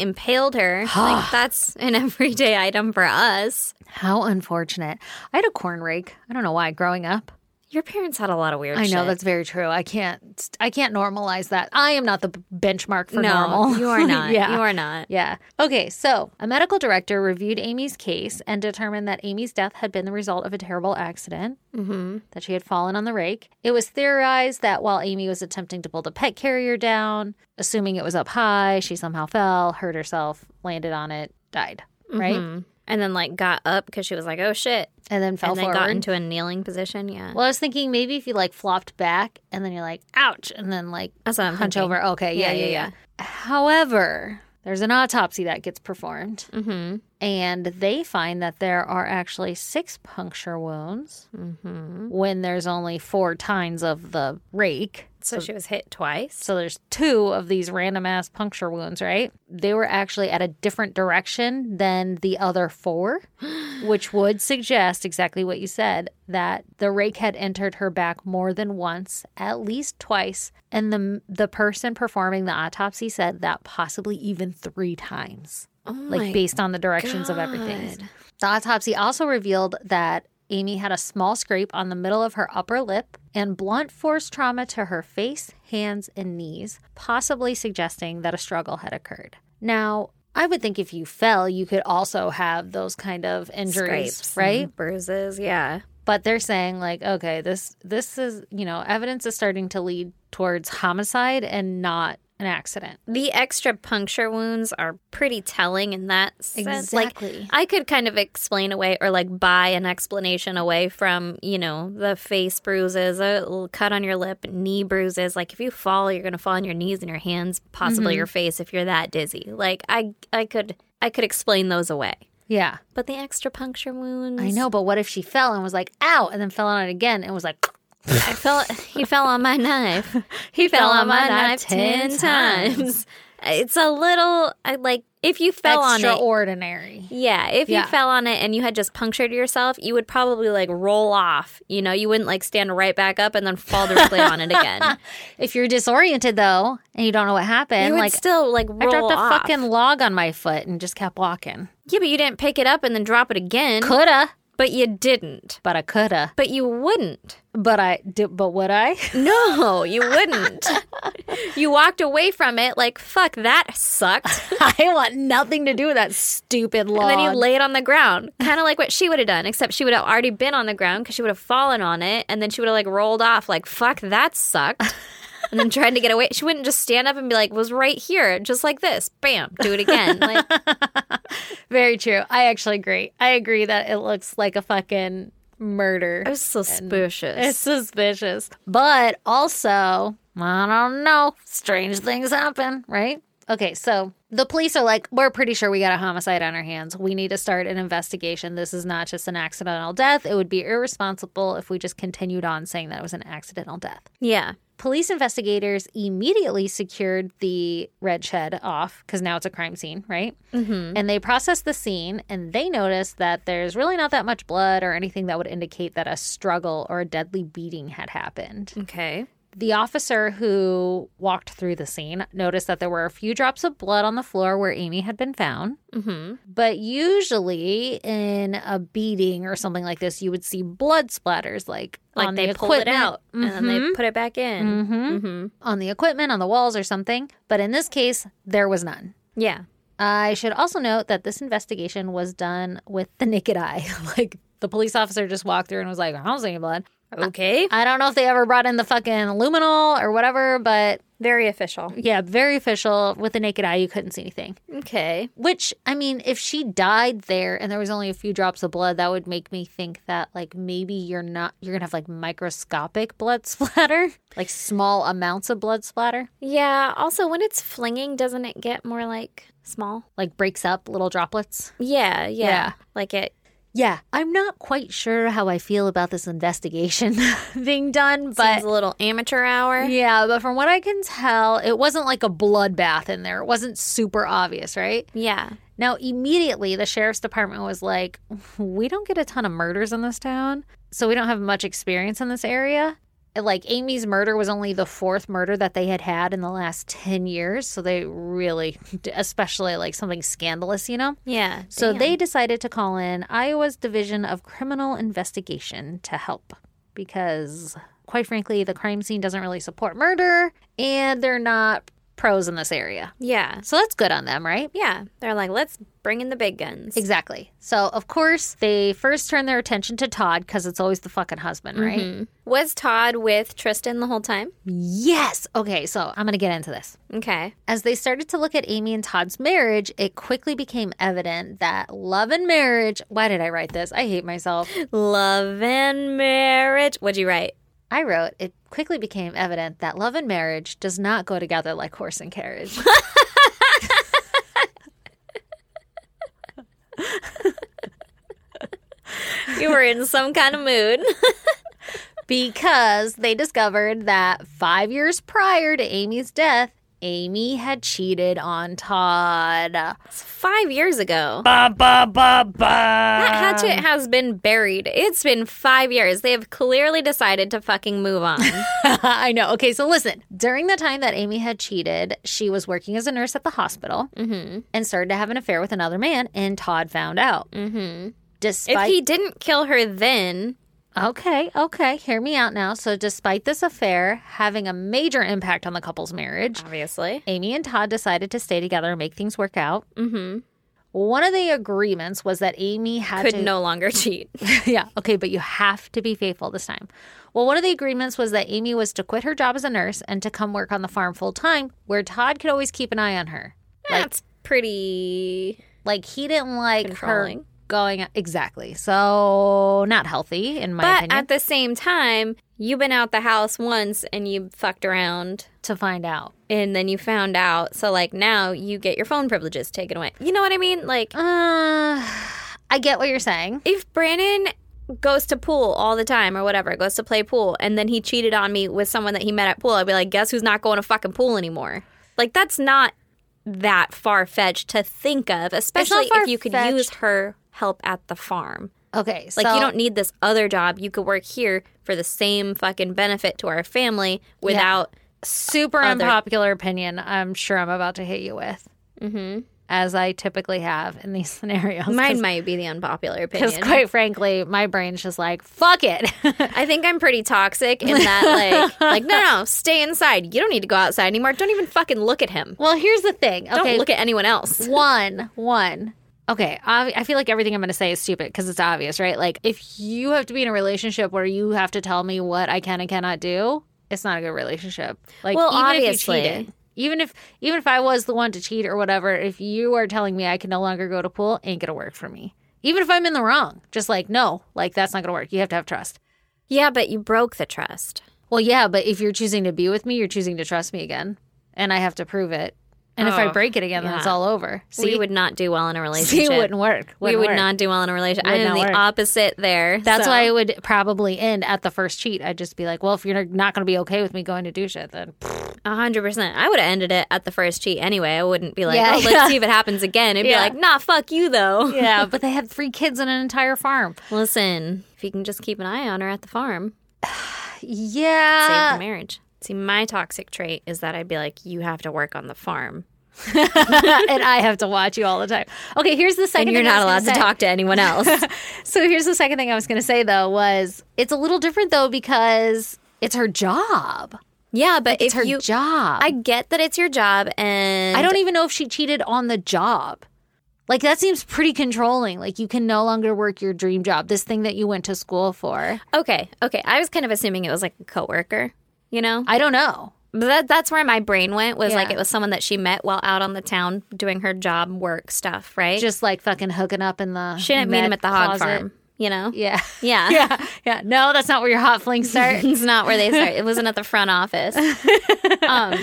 [sighs]
impaled her. like that's an [laughs] everyday item for us.
how unfortunate. I had a corn rake. I don't know why growing up.
Your parents had a lot of weird
I
shit.
know that's very true. I can't I can't normalize that. I am not the b- benchmark for
no,
normal. [laughs]
you are not.
yeah.
You are not.
Yeah. Okay, so a medical director reviewed Amy's case and determined that Amy's death had been the result of a terrible accident, mm-hmm. that she had fallen on the rake. It was theorized that while Amy was attempting to pull the pet carrier down, assuming it was up high, she somehow fell, hurt herself, landed on it, died, right?
Mm. And then like got up because she was like, oh shit.
And then fell
and then
forward.
got into a kneeling position. Yeah.
well, I was thinking maybe if you like flopped back and then you're like, ouch, and then like
That's what I'm
hunch
thinking.
over. Okay, yeah, yeah,
Yeah,
yeah.
yeah,
However, there's an autopsy that gets performed. Mm-hmm. And they find that there are actually six puncture wounds when there's only four tines of the rake.
So she was hit twice.
So there's two of these random ass puncture wounds, right? They were actually at a different direction than the other four, which would suggest exactly what you said that the rake had entered her back more than once, at least twice, and the the person performing the autopsy said that possibly even 3 times
Oh
like based on the directions of everything. The autopsy also revealed that Amy had a small scrape on the middle of her upper lip and blunt force trauma to her face, hands, and knees, possibly suggesting that a struggle had occurred. Now, I would think if you fell, you could also have those kind of injuries,
Scrapes, Mm-hmm.
right?
Bruises, yeah.
But they're saying like, okay, this this is, you know, evidence is starting to lead towards homicide and not an accident.
The extra puncture wounds are pretty telling in that sense.
Exactly.
Like, I could kind of explain away or like buy an explanation away from, you know, the face bruises, a little cut on your lip, knee bruises. Like if you fall, you're going to fall on your knees and your hands, possibly your face if you're that dizzy. Like I I could I could explain those away.
Yeah.
But the extra puncture wounds.
I know, but what if she fell and was like, ow, and then fell on it again and was
[laughs]
like,
I fell. [laughs] He fell on my knife. [laughs] He fell on my knife ten [laughs] times. It's a little I like if you fell on it.
extraordinary.
yeah, if
Yeah.
you fell on it and you had just punctured yourself, you would probably like roll off. You know, you wouldn't like stand right back up and then fall directly on it [laughs] again.
If you're disoriented though, and you don't know what happened,
You would
like
still like roll
I dropped a
off.
fucking log on my foot and just kept walking.
yeah, but you didn't pick it up and then drop it again.
Coulda,
But you didn't.
but I coulda,
But you wouldn't.
but I did. But would I? [laughs]
No, [laughs] you wouldn't. you walked away from it like fuck that sucked.
I want nothing to do with that stupid log.
And then you lay it on the ground, kind of like what she would have done, except she would have already been on the ground because she would have fallen on it, and then she would have like rolled off, like "fuck that sucked," and then tried to get away. She wouldn't just stand up and be like, "was right here," just like this, bam, do it again.
[laughs]
Like
Very true. I actually agree. I agree that it looks like a fucking murder.
I was suspicious.
It's suspicious. But also, I don't know. Strange things happen, right? Okay, so the police are like, we're pretty sure we got a homicide on our hands. We need to start an investigation. This is not just an accidental death. It would be irresponsible if we just continued on saying that it was an accidental death.
yeah,
Police investigators immediately secured the red shed off because now it's a crime scene, right? Mm-hmm. And they processed the scene and they noticed that there's really not that much blood or anything that would indicate that a struggle or a deadly beating had happened.
okay,
The officer who walked through the scene noticed that there were a few drops of blood on the floor where Amy had been found.
mm-hmm.
But usually in a beating or something like this, you would see blood splatters like,
like
on
they
the
pull
equipment. Mm-hmm.
it out and then they put it back in.
Mhm
Mm-hmm.
on the equipment, on the walls, or something. But in this case, there was none.
Yeah,
I should also note that this investigation was done with the naked eye. [laughs] like the police officer just walked through and was like, I don't see any blood.
okay,
I don't know if they ever brought in the fucking luminal or whatever, but
very official.
yeah, very official. With the naked eye, you couldn't see anything.
Okay,
Which, I mean, if she died there and there was only a few drops of blood, that would make me think that, like, maybe you're not, you're gonna have like microscopic blood [laughs] splatter, like small amounts of blood splatter.
yeah. Also, when it's flinging, doesn't it get more like small?
like breaks up little droplets.
Yeah, yeah.
Yeah.
Like it.
Yeah, I'm not quite sure how I feel about this investigation [laughs] being done,
But
but
a little amateur hour.
yeah, but from what I can tell, it wasn't like a bloodbath in there. It wasn't super obvious, right?
Yeah.
Now, immediately the sheriff's department was like, "We don't get a ton of murders in this town, so we don't have much experience in this area." Like Amy's murder was only the fourth murder that they had had in the last 10 years, so they really [laughs] especially like something scandalous, you know?
Yeah.
So they decided to call in Iowa's Division of Criminal Investigation to help because, quite frankly, the crime scene doesn't really support murder and they're not pros in this area.
Yeah.
So that's good on them, right?
Yeah. They're like, let's bring in the big guns.
Exactly. So, of course, they first turn their attention to Todd because it's always the fucking husband, right?
Was Todd with Tristan the whole time?
Yes. Okay, so I'm going to get into this.
Okay.
As they started to look at Amy and Todd's marriage, it quickly became evident that love and marriage. Why did I write this? I hate myself.
Love and marriage. What'd you write?
I wrote, it quickly became
[laughs]
evident that love and marriage does not go together like horse and carriage.
you were in some kind of mood. [laughs]
because they discovered that five years prior to Amy's death, Amy had cheated on Todd. [laughs]
It's five years ago.
Ba ba ba ba.
That hatchet has been buried. It's been five years. They have clearly decided to fucking
[laughs]
move on.
I know. Okay, so listen. During the time that Amy had cheated, she was working as a nurse at the hospital
Mm-hmm.
and started to have an affair with another man, and Todd found out. Mm-hmm.
if
Despite
he didn't kill her then,
Okay, okay. Hear me out now. So, despite this affair having a major impact on the couple's marriage,
obviously.
Amy and Todd decided to stay together and make things work out. Mm-hmm. One of the agreements was that Amy had
Could
to.
no longer cheat.
[laughs] yeah, okay, but you have to be faithful this time. Well, one of the agreements was that Amy was to quit her job as a nurse and to come work on the farm full time, where Todd could always keep an eye on her.
That's pretty.
Like he didn't like her
Controlling.
going exactly. So not healthy in my
But
opinion.
at the same time, you've been out the house once and you fucked around
to find out.
and then you found out. So, like, now you get your phone privileges taken away. You know what I mean? Like,
Uh, I get what you're saying.
if Brandon goes to pool all the time or whatever, goes to play pool, and then he cheated on me with someone that he met at pool, I'd be like, guess who's not going to fucking pool anymore? Like, that's not that far fetched to think of, especially if you could use
far-fetched.
her help at the farm.
Okay,
Like,
so-
you don't need this other job. You could work here for the same fucking benefit to our family without.
super unpopular opinion. I'm sure I'm about to hit you with, mm-hmm. as I typically have in these [laughs] scenarios.
Mine might be the
[laughs]
unpopular
Because
opinion.
quite frankly, my brain's just like, fuck it. [laughs]
I think I'm pretty toxic in that, like, like no, no, stay inside. You don't need to go outside anymore. Don't even fucking look at him.
well, here's the thing.
Don't
Okay,
look at anyone
[laughs]
else.
one, one. Okay, I, I feel like everything I'm going to say is stupid because it's obvious, right? Like, if you have to be in a relationship where you have to tell me what I can and cannot do, it's not a good relationship. Like,
Well,
even
obviously.
if you cheated, even if even if I was the one to cheat or whatever, if you are telling me I can no longer go to pool, ain't gonna work for me. Even if I'm in the wrong, just like no, like that's not gonna work. You have to have trust.
Yeah, but you broke the trust.
Well, yeah, but if you're choosing to be with me, you're choosing to trust me again, and I have to prove it. And if I
Oh,
break it again, then it's
yeah.
all over. See,
we would not do well in a
see,
relationship.
wouldn't work.
we
Wouldn't
would
work.
not do well in a relationship. I
Would
am
not
the
work.
opposite there.
That's
so-
why it would probably end at the first cheat. I'd just be like, well, if you're not going to be okay with me going to do shit, then [laughs]
a hundred percent. I would have ended it at the first cheat anyway. I wouldn't be like,
Yeah,
oh, let's
yeah.
see if it happens again. It'd
Yeah.
be like, nah, fuck you though.
yeah. But they had three kids and an entire farm.
Listen, if you can just keep an eye on her at the farm, save the
Yeah,
marriage. Uh, See, my toxic trait is that I'd be like, you have to work on the farm,
and I have to watch you all the time. Okay, here's the second.
and you're
thing I
not
was gonna
allowed to
say.
talk to anyone else.
So here's the second thing I was going to say though was it's a little different though because it's her job.
[laughs] yeah, but if
It's her
you,
job.
I get that it's your job, and
I don't even know if she cheated on the job. Like that seems pretty controlling. Like you can no longer work your dream job, this thing that you went to school for.
Okay, okay. I was kind of assuming it was like a coworker, you know.
I don't know.
But that, that's where my brain went was
Yeah.
like it was someone that she met while out on the town doing her job work stuff, right?
Just like fucking hooking up in the
she didn't meet
med
him at the hog
closet.
farm, you know. [laughs]
Yeah. [laughs]
Yeah.
Yeah. Yeah. No, that's not where your hot flings
[laughs]
start.
it's not where they start. It wasn't at the front [laughs] office. Um,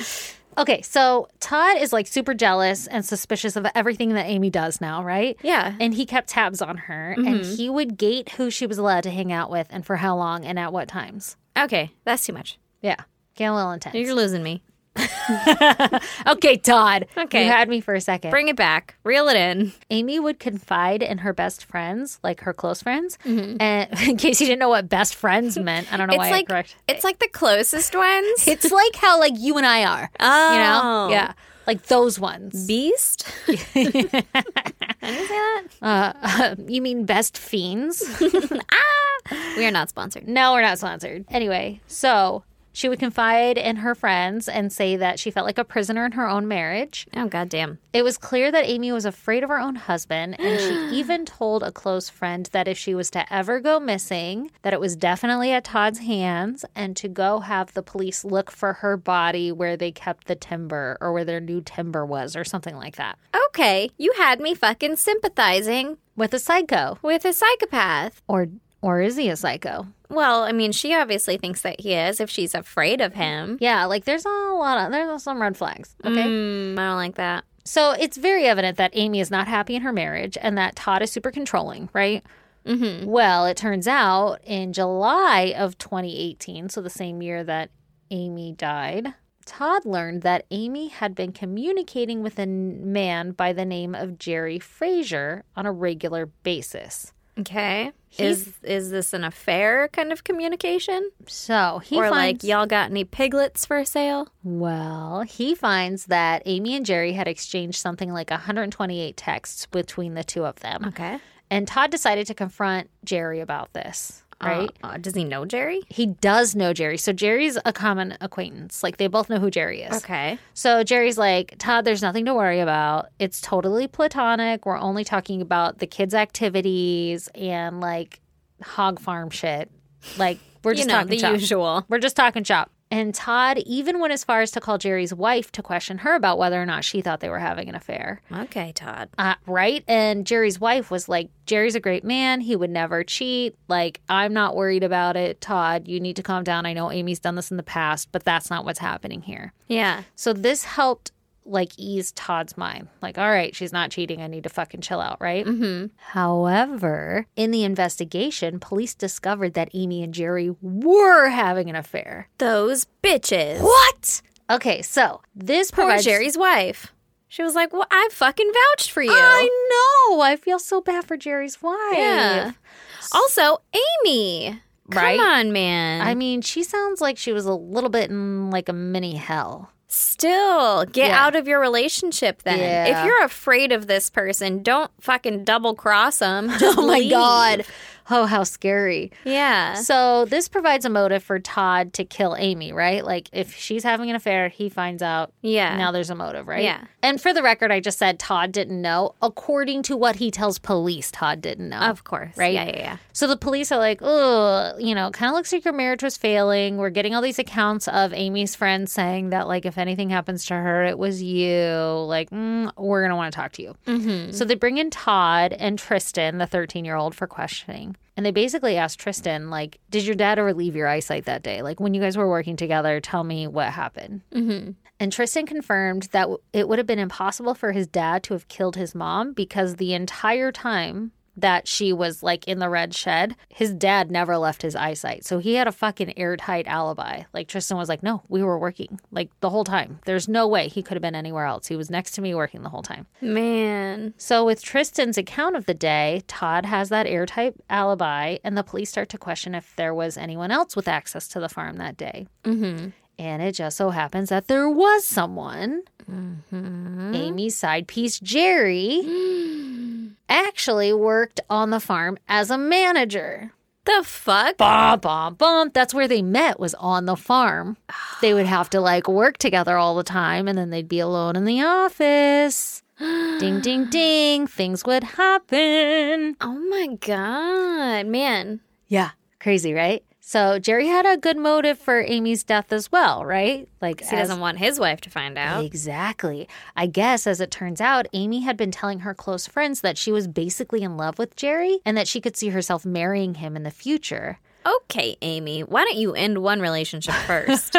okay, so Todd is like super jealous and suspicious of everything that Amy does now, right?
yeah. Mm-hmm.
And he kept tabs on her and he would gate who she was allowed to hang out with and for how long and at what times.
Okay, that's too much.
Yeah. Getting a little intense.
You're losing me.
Okay, Todd.
Okay.
You had me for a second.
Bring it back. Reel it in.
Amy would confide in her best friends, like her close friends. And [laughs] in case you didn't know what best friends meant, I don't know why
Mm-hmm. it's
I
like
correct.
it's like the closest ones.
It's like how like you and I are.
oh,
You know? Yeah. Like those ones.
[laughs] Beast. Can I say that?
Uh, you mean best fiends? [laughs]
We are not sponsored.
No, we're not sponsored. Anyway, so she would confide in her friends and say that she felt like a prisoner in her own marriage.
Oh goddamn.
It was clear that Amy was afraid of her own husband, and she even told a close friend that if she was to ever go missing, that it was definitely at Todd's hands, and to go have the police look for her body where they kept the timber or where their new timber was, or something like that.
Okay, you had me fucking sympathizing
With a psycho,
with a psychopath.
or or is he a psycho?
Well, I mean, she obviously thinks that he is if she's afraid of him.
Yeah, like there's a lot of there's some red flags. Okay.
Mm, I don't like that.
So it's very evident that Amy is not happy in her marriage and that Todd is super controlling, right? Well, it turns out in July of 2018, so the same year that Amy died, Todd learned that Amy had been communicating with a n- man by the name of Jerry Frazier on a regular basis.
Okay. Is is this an affair kind of communication?
So he
or
finds
like y'all got any piglets for sale?
Well, he finds that Amy and Jerry had exchanged something like 128 texts between the two of them.
Okay.
And Todd decided to confront Jerry about this, right?
Uh, uh, does he know Jerry?
he does know Jerry. So Jerry's a common acquaintance. Like they both know who Jerry is.
Okay.
So Jerry's like, Todd, there's nothing to worry about. It's totally platonic. We're only talking about the kids' activities and like hog farm shit. Like we're
You
just
know,
talking
the
shop.
usual.
We're just talking shop. And Todd even went as far as to call Jerry's wife to question her about whether or not she thought they were having an affair.
Okay, Todd.
Uh, right? And Jerry's wife was like, Jerry's a great man. He would never cheat. Like, I'm not worried about it. Todd, you need to calm down. I know Amy's done this in the past, but that's not what's happening here.
Yeah.
So this helped like ease Todd's mind. Like, all right, she's not cheating. I need to fucking chill out, right? Mm-hmm. However, in the investigation, police discovered that Amy and Jerry were having an affair.
Those bitches.
What? Okay, so this
Poor
provides-
Jerry's wife. She was like, "Well, I fucking vouched for you."
I know. I feel so bad for Jerry's wife.
Yeah. Also, Amy.
Right?
Come on, man.
I mean, she sounds like she was a little bit in like a mini hell.
[laughs] Still, get
Yeah.
out of your relationship then.
Yeah.
If you're afraid of this person, don't fucking double
[laughs]
cross them. Just leave.
Oh, how scary.
Yeah.
So, this provides a motive for Todd to kill Amy, right? Like, if she's having an affair, he finds out.
Yeah.
Now there's a motive, right?
Yeah.
And for the record, I just said Todd didn't know. According to what he tells police, Todd didn't know.
Of course.
Right?
Yeah, yeah, yeah.
So the police are like, oh, you know, kind of looks like your marriage was failing. We're getting all these accounts of Amy's friends saying that, like, if anything happens to her, it was you. Like, mm, we're going to want to talk to you. So they bring in Todd and Tristan, the 13 year old, for questioning. And they basically ask Tristan, like, did your dad ever leave your eyesight that day? Like, when you guys were working together, tell me what happened. And Tristan confirmed that w- it would have been impossible for his dad to have killed his mom because the entire time that she was like in the red shed, his dad never left his eyesight. So he had a fucking airtight alibi. Like Tristan was like, no, we were working like the whole time. There's no way he could have been anywhere else. He was next to me working the whole time.
Man.
So, with Tristan's account of the day, Todd has that airtight alibi, and the police start to question if there was anyone else with access to the farm that day. Mm-hmm. And it just so happens that there was someone.
Mm-hmm.
Amy's side piece, Jerry,
[gasps]
actually worked on the farm as a manager.
The fuck?
Bum, bum, bum. That's where they met, was on the farm. They would have to like work together all the time, and then they'd be alone in the office
[gasps]
ding ding ding things would happen
Oh my god. Man.
yeah crazy right so jerry had a good motive for amy's death as well right like
He
as-
doesn't want his wife to find out.
exactly i guess as it turns out amy had been telling her close friends that she was basically in love with jerry and that she could see herself marrying him in the future
Okay, Amy. Why don't you end one
[laughs]
relationship first?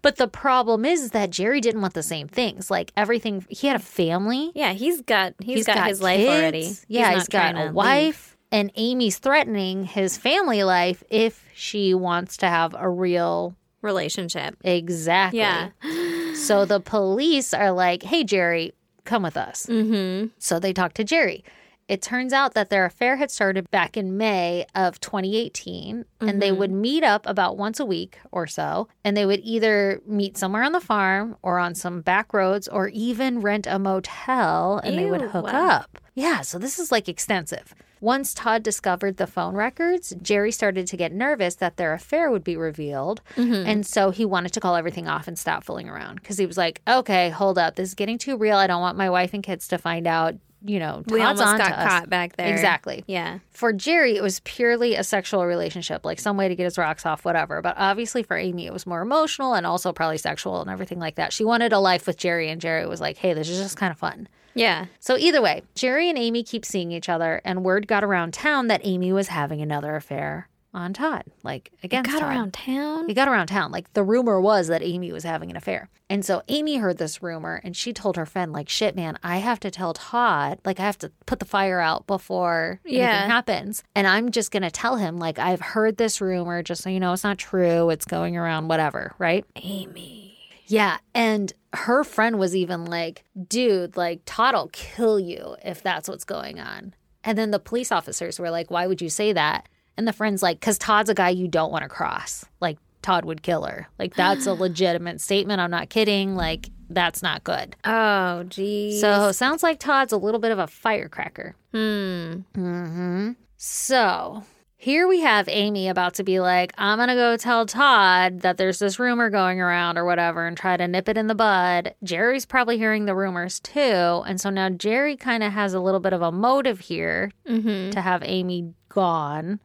but the problem is that jerry didn't want the same things like everything he had a family
yeah, he's got he's got, his life
kids.
already.
Yeah,
not
he's got
trying
a
to leave.
wife, and Amy's threatening his family life if she wants to have a real
relationship.
exactly.
Yeah.
[gasps] so the police are like, "Hey, Jerry, come with us." Mm-hmm. So they talk to Jerry. It turns out that their affair had started back in May of 2018, and
Mm-hmm.
they would meet up about once a week or so. And they would either meet somewhere on the farm or on some back roads or even rent a motel and they would
Ew.
hook up. Yeah, so this is like extensive. Once Todd discovered the phone records, Jerry started to get nervous that their affair would be revealed.
Mm-hmm.
And so he wanted to call everything off and stop fooling around because he was like, okay, hold up. This is getting too real. I don't want my wife and kids to find out. You know,
We
Todd's
almost
onto
got
us.
caught back there.
Exactly.
Yeah.
For Jerry, it was purely a sexual relationship, like some way to get his rocks off, whatever. But obviously for Amy, it was more emotional and also probably sexual and everything like that. She wanted a life with Jerry, and Jerry was like, hey, this is just kind of fun.
Yeah.
So either way, Jerry and Amy keep seeing each other, and word got around town that Amy was having another affair on Todd, like against
Got
Todd.
around town.
He got around town. Like the rumor was that Amy was having an affair. And so Amy heard this rumor and she told her friend, like, shit, man, I have to tell Todd, like, I have to put the fire out before
Yeah.
anything happens. And I'm just going to tell him, like, I've heard this rumor, just so you know, it's not true. It's going around, whatever. Right.
Amy.
Yeah. And her friend was even like, dude, like, Todd will kill you if that's what's going on. And then the police officers were like, why would you say that? And the friend's like, because Todd's a guy you don't want to cross. Like, Todd would kill her. Like, that's
[gasps]
a legitimate statement. I'm not kidding. Like, that's not good.
Oh, geez.
So, sounds like Todd's a little bit of a firecracker. Mm-hmm.
hmm.
So here we have Amy about to be like, I'm going to go tell Todd that there's this rumor going around or whatever and try to nip it in the bud. Jerry's probably hearing the rumors too. And so now Jerry kind of has a little bit of a motive here
Mm-hmm.
to have Amy gone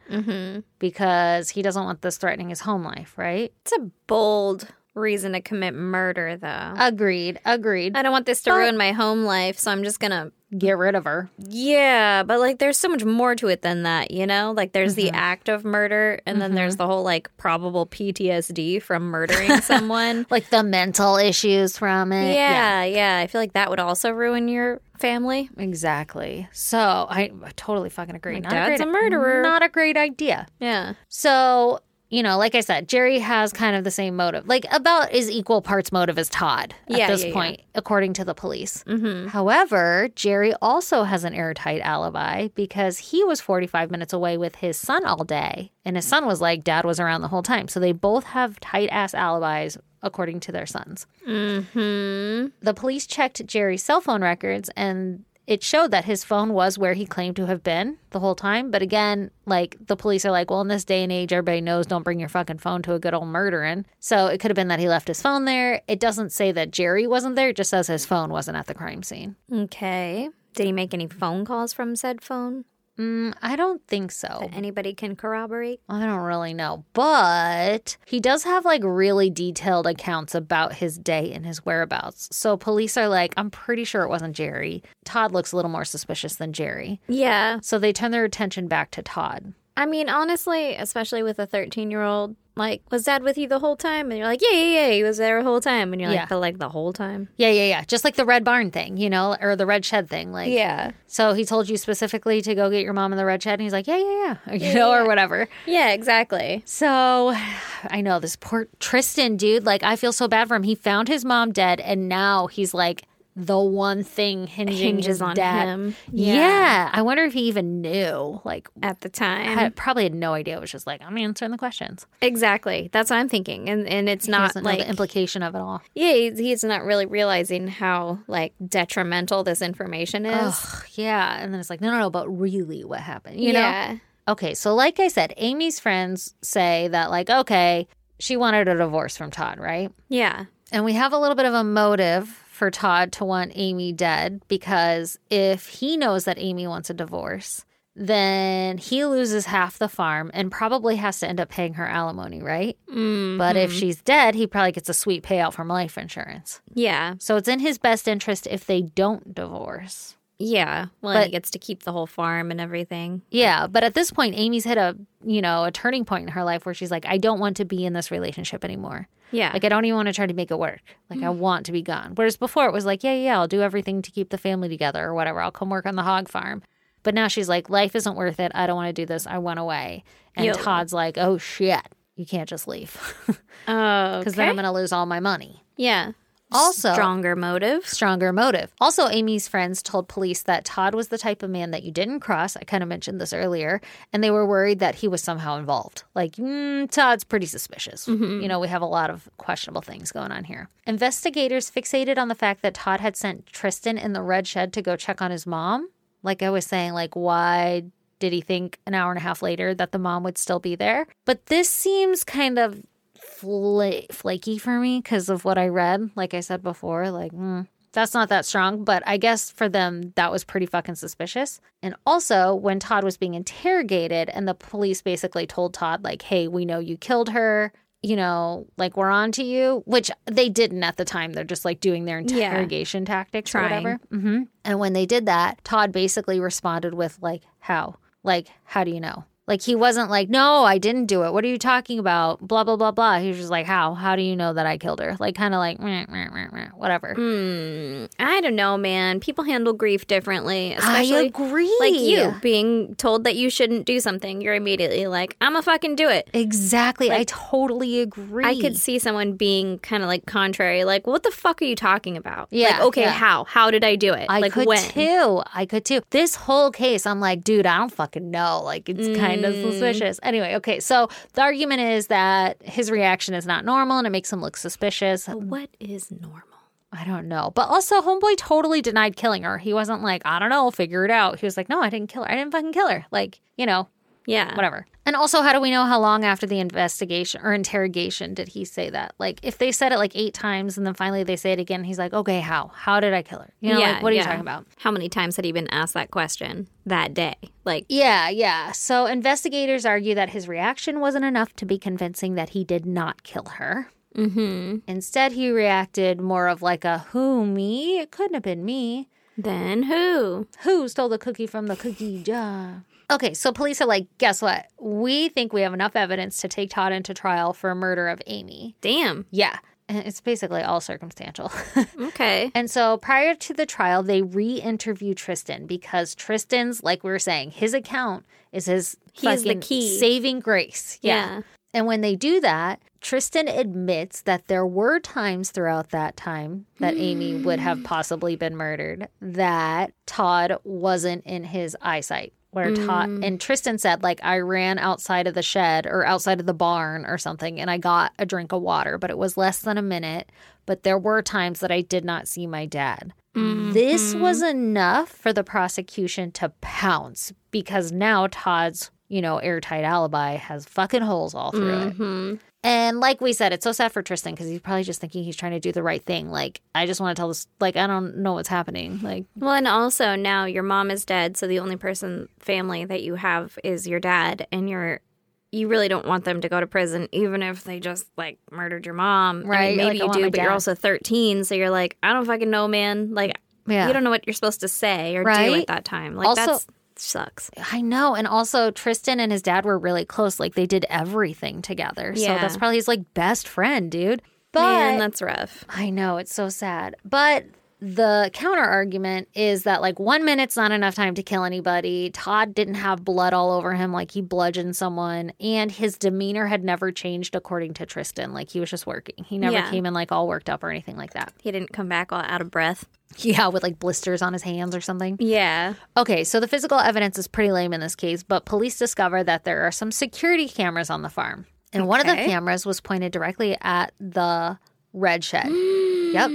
because he doesn't want this threatening his home life, right?
It's a bold reason to commit murder, though.
Uh, Agreed. Agreed.
I don't want this to ruin my home life, so I'm just gonna.
Get rid of her.
Yeah, but like there's so much more to it than that, you know? Like there's
Mm-hmm.
the act of murder, and then there's the whole like probable PTSD from
[laughs]
murdering someone.
Like the mental issues from it.
yeah, yeah. I feel like that would also ruin your family.
Exactly. So I I totally fucking agree.
My
not
dad's
a, great,
a murderer.
Not a great idea.
Yeah.
So, you know, like I said, Jerry has kind of the same motive, like about as equal parts motive as Todd at
Yeah,
this
yeah, Mm-hmm. yeah.
point, according to the police. However, Jerry also has an airtight alibi because he was 45 minutes away with his son all day. And his son was like, Dad was around the whole time. So they both have tight ass alibis, according to their sons.
Hmm.
The police checked Jerry's cell phone records and it showed that his phone was where he claimed to have been the whole time. But again, like the police are like, well, in this day and age, everybody knows don't bring your fucking phone to a good old murdering. So it could have been that he left his phone there. It doesn't say that Jerry wasn't there, it just says his phone wasn't at the crime scene.
Okay. Did he make any phone calls from said phone?
Mm, I don't think so.
Anybody can corroborate?
I don't really know. But he does have like really detailed accounts about his day and his whereabouts. So police are like, I'm pretty sure it wasn't Jerry. Todd looks a little more suspicious than Jerry.
Yeah.
So they turn their attention back to Todd.
I mean, honestly, especially with a 13 year old, like, was dad with you the whole time? And you're like, yeah, yeah, yeah, he was there the whole time. And you're
Yeah.
like, but like the whole time?
Yeah, yeah, yeah. Just like the red barn thing, you know, or the red shed thing. Like,
Yeah.
So he told you specifically to go get your mom in the red shed, and he's like, yeah, yeah, [laughs] yeah, you know, or whatever.
Yeah, exactly.
So I know this poor Tristan dude. Like, I feel so bad for him. He found his mom dead, and now he's like the one thing hinging
Hinges
his
on
dad.
him.
Yeah. I wonder if he even knew. Like,
At the time.
had, probably had no idea. It was just like, I'm answering the questions.
exactly. That's what I'm thinking. And and it's
He
not
doesn't know
like,
the implication of it all.
yeah, he's, he's not really realizing how like detrimental this information is.
Ugh, yeah. And then it's like, no, no, no, but really what happened, you know?
yeah.
Okay, so like I said, Amy's friends say that, like, okay, she wanted a divorce from Todd, right?
Yeah.
And we have a little bit of a motive for Todd to want Amy dead because if he knows that Amy wants a divorce, then he loses half the farm and probably has to end up paying her alimony, right? But if
Mm-hmm.
she's dead, he probably gets a sweet payout from life insurance.
Mm-hmm. Yeah.
So it's in his best interest if they don't divorce.
Yeah. Well,
But-
and he gets to keep the whole farm and everything.
Yeah, but at this point, Amy's hit a you know a turning point in her life where she's like, I don't want to be in this relationship anymore.
Yeah.
Like, I don't even want to try to make it work. Like, I want to be gone. Whereas before, it was like, yeah, yeah, I'll do everything to keep the family together or whatever. I'll come work on the hog farm. But now she's like, life isn't worth it. I don't want to do this. I went away. And
Yo.
Todd's like, oh shit, you can't just leave [laughs]
oh,
because then I'm going to lose all my money.
yeah.
Also,
Stronger motive.
stronger motive. Also, Amy's friends told police that Todd was the type of man that you didn't cross. I kind of mentioned this earlier, and they were worried that he was somehow involved. Like, mm, Todd's pretty suspicious. You know, we have a lot of questionable things going on here. Investigators fixated on the fact that Todd had sent Tristan in the red shed to go check on his mom. Like I was saying, like, why? Did he think an hour and a half later that the mom would still be there? But this seems kind of fla- flaky for me because of what I read. Like I said before, like mm, that's not that strong, but I guess for them that was pretty fucking suspicious. And also, when Todd was being interrogated, and the police basically told Todd, like, "Hey, we know you killed her." You know, like we're on to you, which they didn't at the time. They're just like doing their
Yeah.
interrogation tactics or
Trying. Mm-hmm.
whatever. hmm And when they did that, Todd basically responded with, like, how? Like, how do you know? Like he wasn't like, no, I didn't do it. What are you talking about? Blah blah blah blah. He was just like, how? How do you know that I killed her? Like kind of like meh, meh, meh, meh, whatever.
Mm, I don't know, man. People handle grief differently,
Mm. I
especially
agree.
like you being told that you shouldn't do something. You're immediately like, "I'm gonna fucking do it."
Exactly. I totally agree.
I could see someone being kind of like contrary, like, "What the fuck are you talking about?"
Yeah,
Like, okay,
yeah.
how? How did I do it?
I
like
could
when?
too. I could too. This whole case, I'm like, dude, I don't fucking know. Like, it's kind of
Mm.
suspicious. Anyway, okay. So the argument is that his reaction is not normal and it makes him look suspicious.
What is normal?
I don't know. But also, Homeboy totally denied killing her. He wasn't like, I don't know, figure it out. He was like, no, I didn't kill her. I didn't fucking kill her. Like, you know,
Yeah.
whatever. And also, how do we know how long after the investigation or interrogation did he say that? Like, if they said it like eight times and then finally they say it again, he's like, okay, how? How did I kill her? You know, like, what are
yeah.
you talking about?
How many times had he been asked that question that day? Like,
Yeah, yeah. So investigators argue that his reaction wasn't enough to be convincing that he did not kill her. Mm-hmm. Instead, he reacted more of like a "Who me? It couldn't have been me.
then who?
Who stole the cookie from the cookie jar?" Okay, so police are like, "Guess what? We think we have enough evidence to take Todd into trial for murder of Amy."
Damn.
Yeah, [laughs] it's basically all circumstantial. [laughs]
Okay.
And so prior to the trial, they re interview Tristan because Tristan's, like we were saying, his account is his
He's the
fucking
key.
saving grace.
Yeah.
And when they do that, Tristan admits that there were times throughout that time that Amy would have possibly been murdered that Todd wasn't in his eyesight. Where Todd and Tristan said, like, I ran outside of the shed or outside of the barn or something and I got a drink of water, but it was less than a minute. But there were times that I did not see my dad. This
Mm-hmm.
was enough for the prosecution to pounce because now Todd's, you know, airtight alibi has fucking holes all through it. And like we said, it's so sad for Tristan because he's probably just thinking he's trying to do the right thing. Like, I just want to tell this, like, I don't know what's happening. Like,
Well, and also now your mom is dead, so the only person family that you have is your dad, and you're you really don't want them to go to prison, even if they just like murdered your mom. I mean,
Right, like,
maybe
I
you
want
do,
my
but you're
dad.
also 13, so you're like, I don't fucking know, man. Like,
Yeah.
you don't know what you're supposed to say or do
Right?
at that time. Like,
Also-
that sucks.
I know. And also, Tristan and his dad were really close. Like, they did everything together.
Yeah.
So that's probably his, like, best friend, dude. But
man, that's rough.
I know, it's so sad. But the counter argument is that like one minute's not enough time to kill anybody. Todd didn't have blood all over him like he bludgeoned someone, and his demeanor had never changed according to Tristan. Like he was just working. He never
Yeah.
came in like all worked up or anything like that.
He didn't come back all out of breath.
Yeah, with like blisters on his hands or something.
Yeah.
Okay, so the physical evidence is pretty lame in this case, but police discover that there are some security cameras on the farm. And one of the
Okay.
cameras was pointed directly at the red shed.
Hmm.
yep.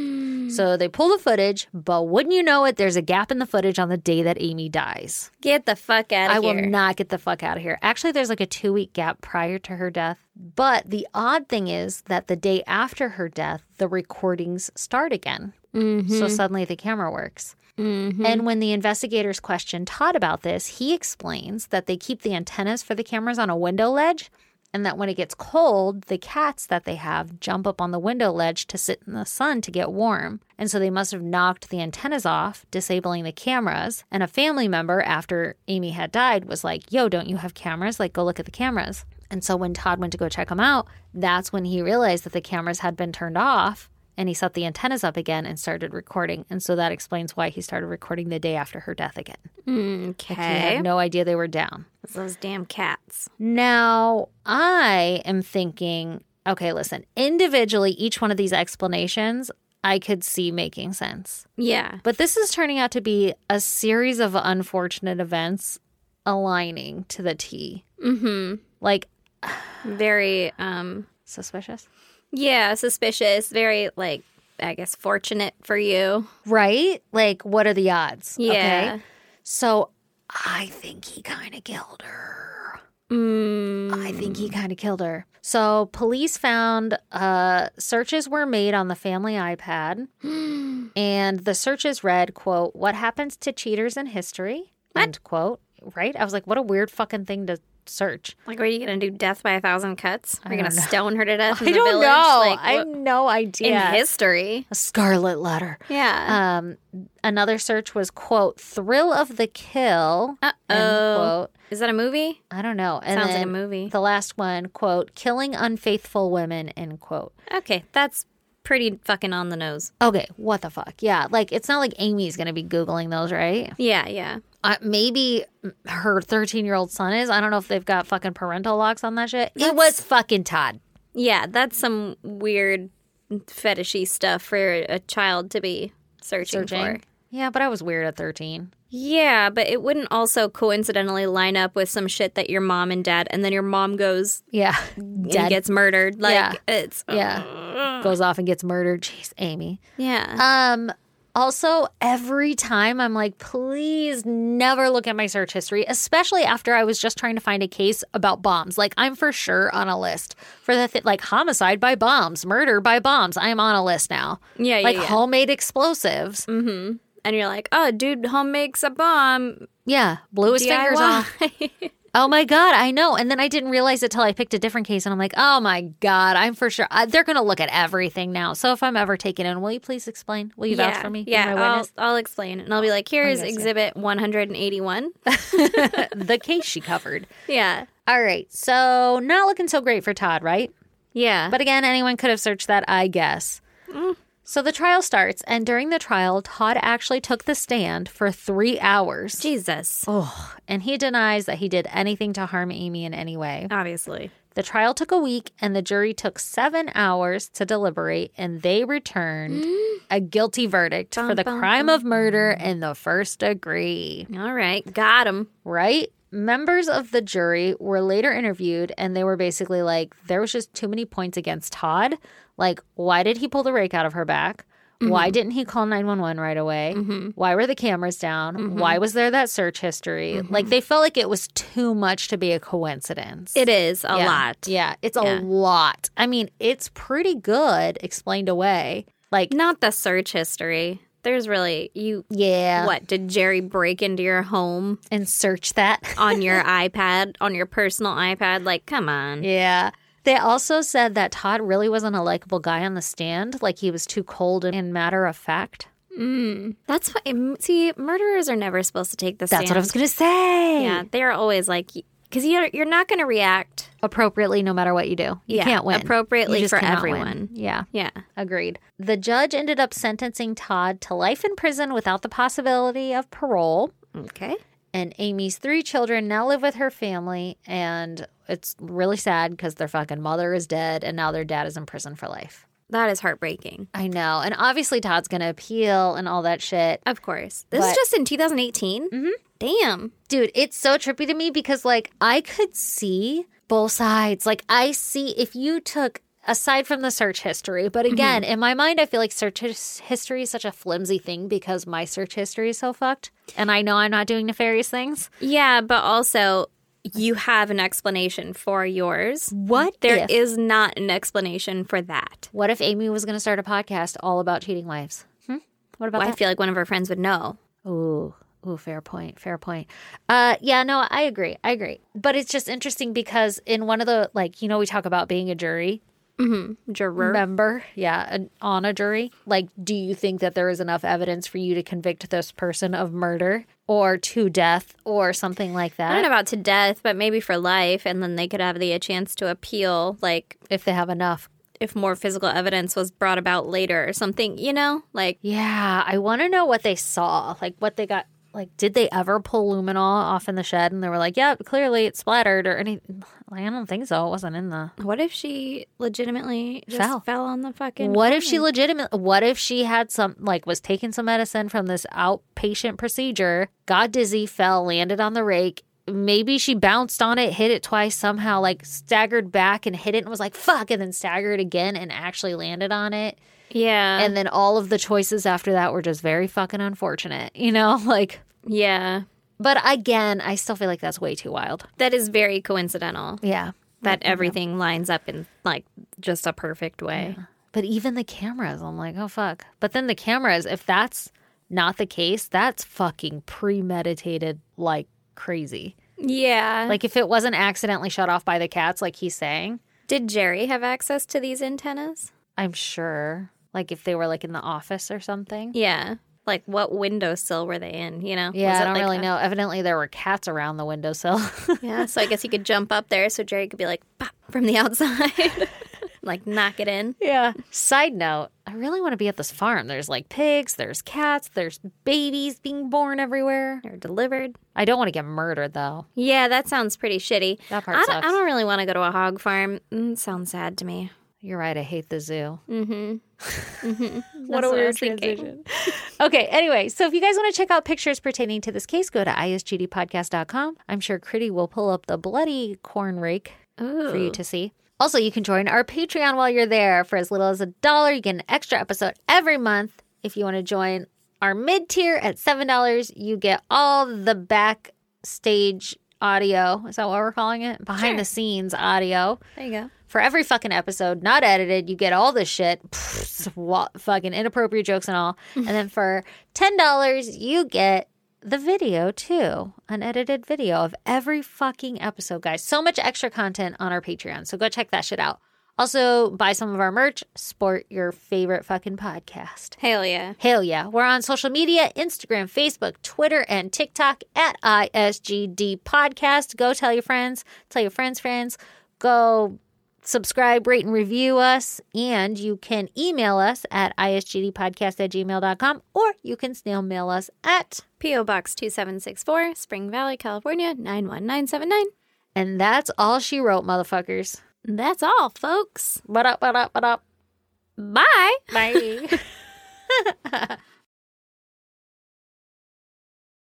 So they pull the footage, but wouldn't you know it, there's a gap in the footage on the day that Amy dies.
Get the fuck out of
I
here.
will not get the fuck out of here. Actually, there's like a two week gap prior to her death. But the odd thing is that the day after her death, the recordings start again.
Mm-hmm.
So suddenly the camera works. And when the investigators question Todd about this, he explains that they keep the antennas for the cameras on a window ledge. And that when it gets cold, the cats that they have jump up on the window ledge to sit in the sun to get warm. And so they must have knocked the antennas off, disabling the cameras. And a family member, after Amy had died, was like, Yo, don't you have cameras? Like, go look at the cameras. And so when Todd went to go check them out, that's when he realized that the cameras had been turned off and he set the antennas up again and started recording. And so that explains why he started recording the day after her death again. He
Okay.
had no idea they were down.
It's Those damn cats.
Now, I am thinking, okay, listen, individually, each one of these explanations I could see making sense.
Yeah.
But this is turning out to be a series of unfortunate events aligning to the T. Mm-hmm. Like,
Very um
suspicious.
Yeah, suspicious. Very like I guess fortunate for you.
Right? Like, what are the odds?
Yeah.
So I think he kind of killed her.
Mm,
I think he kind of killed her. So police found uh, searches were made on the family [gasps] iPad, and the searches read, "quote What happens to cheaters in history?" End quote. Right? I was like, what a weird fucking thing to search.
Like, what are you gonna do? Death by a thousand cuts? Are you gonna
don't know.
stone her to death in [laughs]
I
the
don't
village?
know.
Like,
I have
what-
no
in
idea.
history. Uh,
a scarlet letter.
Yeah.
Um, another search was quote thrill of the kill.
Uh
End
oh.
quote.
Is that a movie?
I don't know. And
Sounds like a
then
movie.
The last one quote killing unfaithful women end quote.
Okay, that's pretty fucking on the nose.
Okay, what the fuck? Yeah, like it's not like Amy's gonna be googling those, right?
Yeah, yeah.
Uh, maybe her thirteen-year-old son is. I don't know if they've got fucking parental locks on that shit. It was fucking Todd.
Yeah, that's some weird fetishy stuff for a child to be searching, for.
Yeah, but I was weird at thirteen.
Yeah, but it wouldn't also coincidentally line up with some shit that your mom and dad and then your mom goes
Yeah,
and
Dead.
gets murdered. Like
Yeah.
it's
yeah, goes off and gets murdered. Jeez, Amy.
Yeah.
Um. Also, every time I'm like, please never look at my search history, especially after I was just trying to find a case about bombs. Like, I'm for sure on a list for the th- like homicide by bombs, murder by bombs. I'm on a list now.
yeah, yeah, Mm.
like
yeah.
homemade explosives.
and you're like, "Oh, dude, home makes a bomb."
Yeah, blew his fingers
DIY.
off.
[laughs]
Oh my god, I know. And then I didn't realize it till I picked a different case, and I'm like, oh my god, I'm for sure I, they're gonna look at everything now. So if I'm ever taken in, will you please explain? Will you vouch for me? Be
Yeah,
my
I'll,
witness?
I'll explain. And I'll be like, here's
yes, yeah. [laughs]
exhibit 181.
the case she covered.
yeah.
All right, so not looking so great for Todd, right?
Yeah.
But again, anyone could have searched that, I guess.
Mm.
So the trial starts, and during the trial, Todd actually took the stand for three hours.
Jesus.
Oh, and he denies that he did anything to harm Amy in any way.
Obviously.
The trial took a week, and the jury took seven hours to deliberate, and they returned a guilty verdict for the
Mm. bum,
crime of murder in the first degree.
All right. Got him.
Right? Members of the jury were later interviewed, and they were basically like, there was just too many points against Todd. Like, why did he pull the rake out of her back?
Mm-hmm.
Why didn't he call 911 right away? Why were the cameras down?
Mm-hmm.
Why was there that search history? Like, they felt like it was too much to be a coincidence.
It is a
Yeah.
lot.
Yeah, it's
Yeah.
a lot. I mean, it's pretty good explained away. Like,
Not the search history. There's really, you,
yeah,
what, did Jerry break into your home
and search that. [laughs]
on your iPad, on your personal iPad? Like, come on.
yeah. They also said that Todd really wasn't a likable guy on the stand. Like, he was too cold and matter of fact.
That's what, see, murderers are never supposed to take the
That's what I was going to say.
Yeah. They're always like, because you're, you're not going to react.
Appropriately, no matter what you do, you
Yeah,
can't win.
appropriately
You just
for
cannot win.
everyone.
Yeah.
Yeah.
Agreed. The judge ended up sentencing Todd to life in prison without the possibility of parole.
Okay.
and Amy's three children now live with her family, and it's really sad because their fucking mother is dead, and now their dad is in prison for life.
That is heartbreaking.
I know, and obviously Todd's gonna appeal and all that shit,
Of course. This is
But-
just in 2018. Mm-hmm. Damn.
dude. It's so trippy to me because like I could see both sides. Like I see if you took aside from the search history, but again, in my mind, I feel like search his- history is such a flimsy thing because my search history is so fucked, and I know I'm not doing nefarious things.
Yeah, but also you have an explanation for yours.
What
There is
if-
not an explanation for that.
What if Amy was going to start a podcast all about cheating wives? Hmm? What about
Well, I
that?
feel like one of our friends would know.
Ooh, ooh, fair point, fair point. Uh, yeah, no, I agree, I agree. But it's just interesting because in one of the like, you know, we talk about being a jury
Juror.
member, yeah, an, on a jury. Like, do you think that there is enough evidence for you to convict this person of murder or to death or something like
I don't
that?
know about to death, but maybe for life, and then they could have the chance to appeal, like
If they have enough
if more physical evidence was brought about later or something, you know? Like,
Yeah, I want to know what they saw, like what they got. Like, did they ever pull luminol off in the shed? And they were like, "Yep, clearly it splattered or anything." I don't think so. It wasn't in the.
what if she legitimately just
Fell.
fell, on the fucking.
What if she legitimately? What if she had some like was taking some medicine from this outpatient procedure, got dizzy, fell, landed on the rake. Maybe she bounced on it, hit it twice somehow, like staggered back and hit it and was like, fuck, and then staggered again and actually landed on it.
Yeah.
And then all of the choices after that were just very fucking unfortunate, you know? [laughs] Like,
yeah.
But again, I still feel like that's way too wild.
That is very coincidental.
Yeah.
that everything lines up in like just a perfect way.
But even the cameras, I'm like, oh fuck. But then the cameras, if that's not the case, that's fucking premeditated like crazy.
Yeah. Yeah. Like,
Like if it wasn't accidentally shut off by the cats, like he's saying,
did Jerry have access to these antennas?
I'm sure. Like if they were like in the office or something.
Yeah. Like, what windowsill were they in? You know? Was
Yeah,
it
I don't
like
really
a-
know. Evidently, there were cats around the windowsill. [laughs]
Yeah. So I guess he could jump up there, so Jerry could be like, pop from the outside, [laughs] like knock it in.
yeah. Side note: I really want to be at this farm. There's like pigs, there's cats, there's babies being born everywhere.
They're delivered.
I don't want to get murdered though.
Yeah, that sounds pretty shitty.
That part
I don't,
sucks.
I don't really want to go to a hog farm. Mm, sounds sad to me.
You're right. I hate the zoo.
That's what I was thinking.
okay, anyway, so if you guys want to check out pictures pertaining to this case, go to isgdpodcast.com. I'm sure Critty will pull up the bloody corn rake for you to see. Also, you can join our Patreon while you're there. For as little as a dollar, you get an extra episode every month. If you want to join our mid tier at $7, you get all the backstage audio. Is that what we're calling it? Behind the scenes audio
There you go.
for every fucking episode, not edited. You get all this shit, [laughs] pfft, swa- fucking inappropriate jokes and all. and then for ten dollars, you get the video too, unedited video of every fucking episode, guys. So much extra content on our Patreon, so go check that shit out. Also, buy some of our merch. Sport your favorite fucking podcast.
Hell yeah.
Hell yeah. We're on social media Instagram, Facebook, Twitter, and TikTok at ISGD Podcast. Go tell your friends, tell your friends' friends. Go subscribe, rate, and review us. And you can email us at isgdpodcast at gmail.com or you can snail mail us at.
P.O. Box 2764, Spring Valley, California, 91979.
And that's all she wrote, motherfuckers.
That's all, folks.
[laughs] What up, what up, what up?
Bye.
Bye.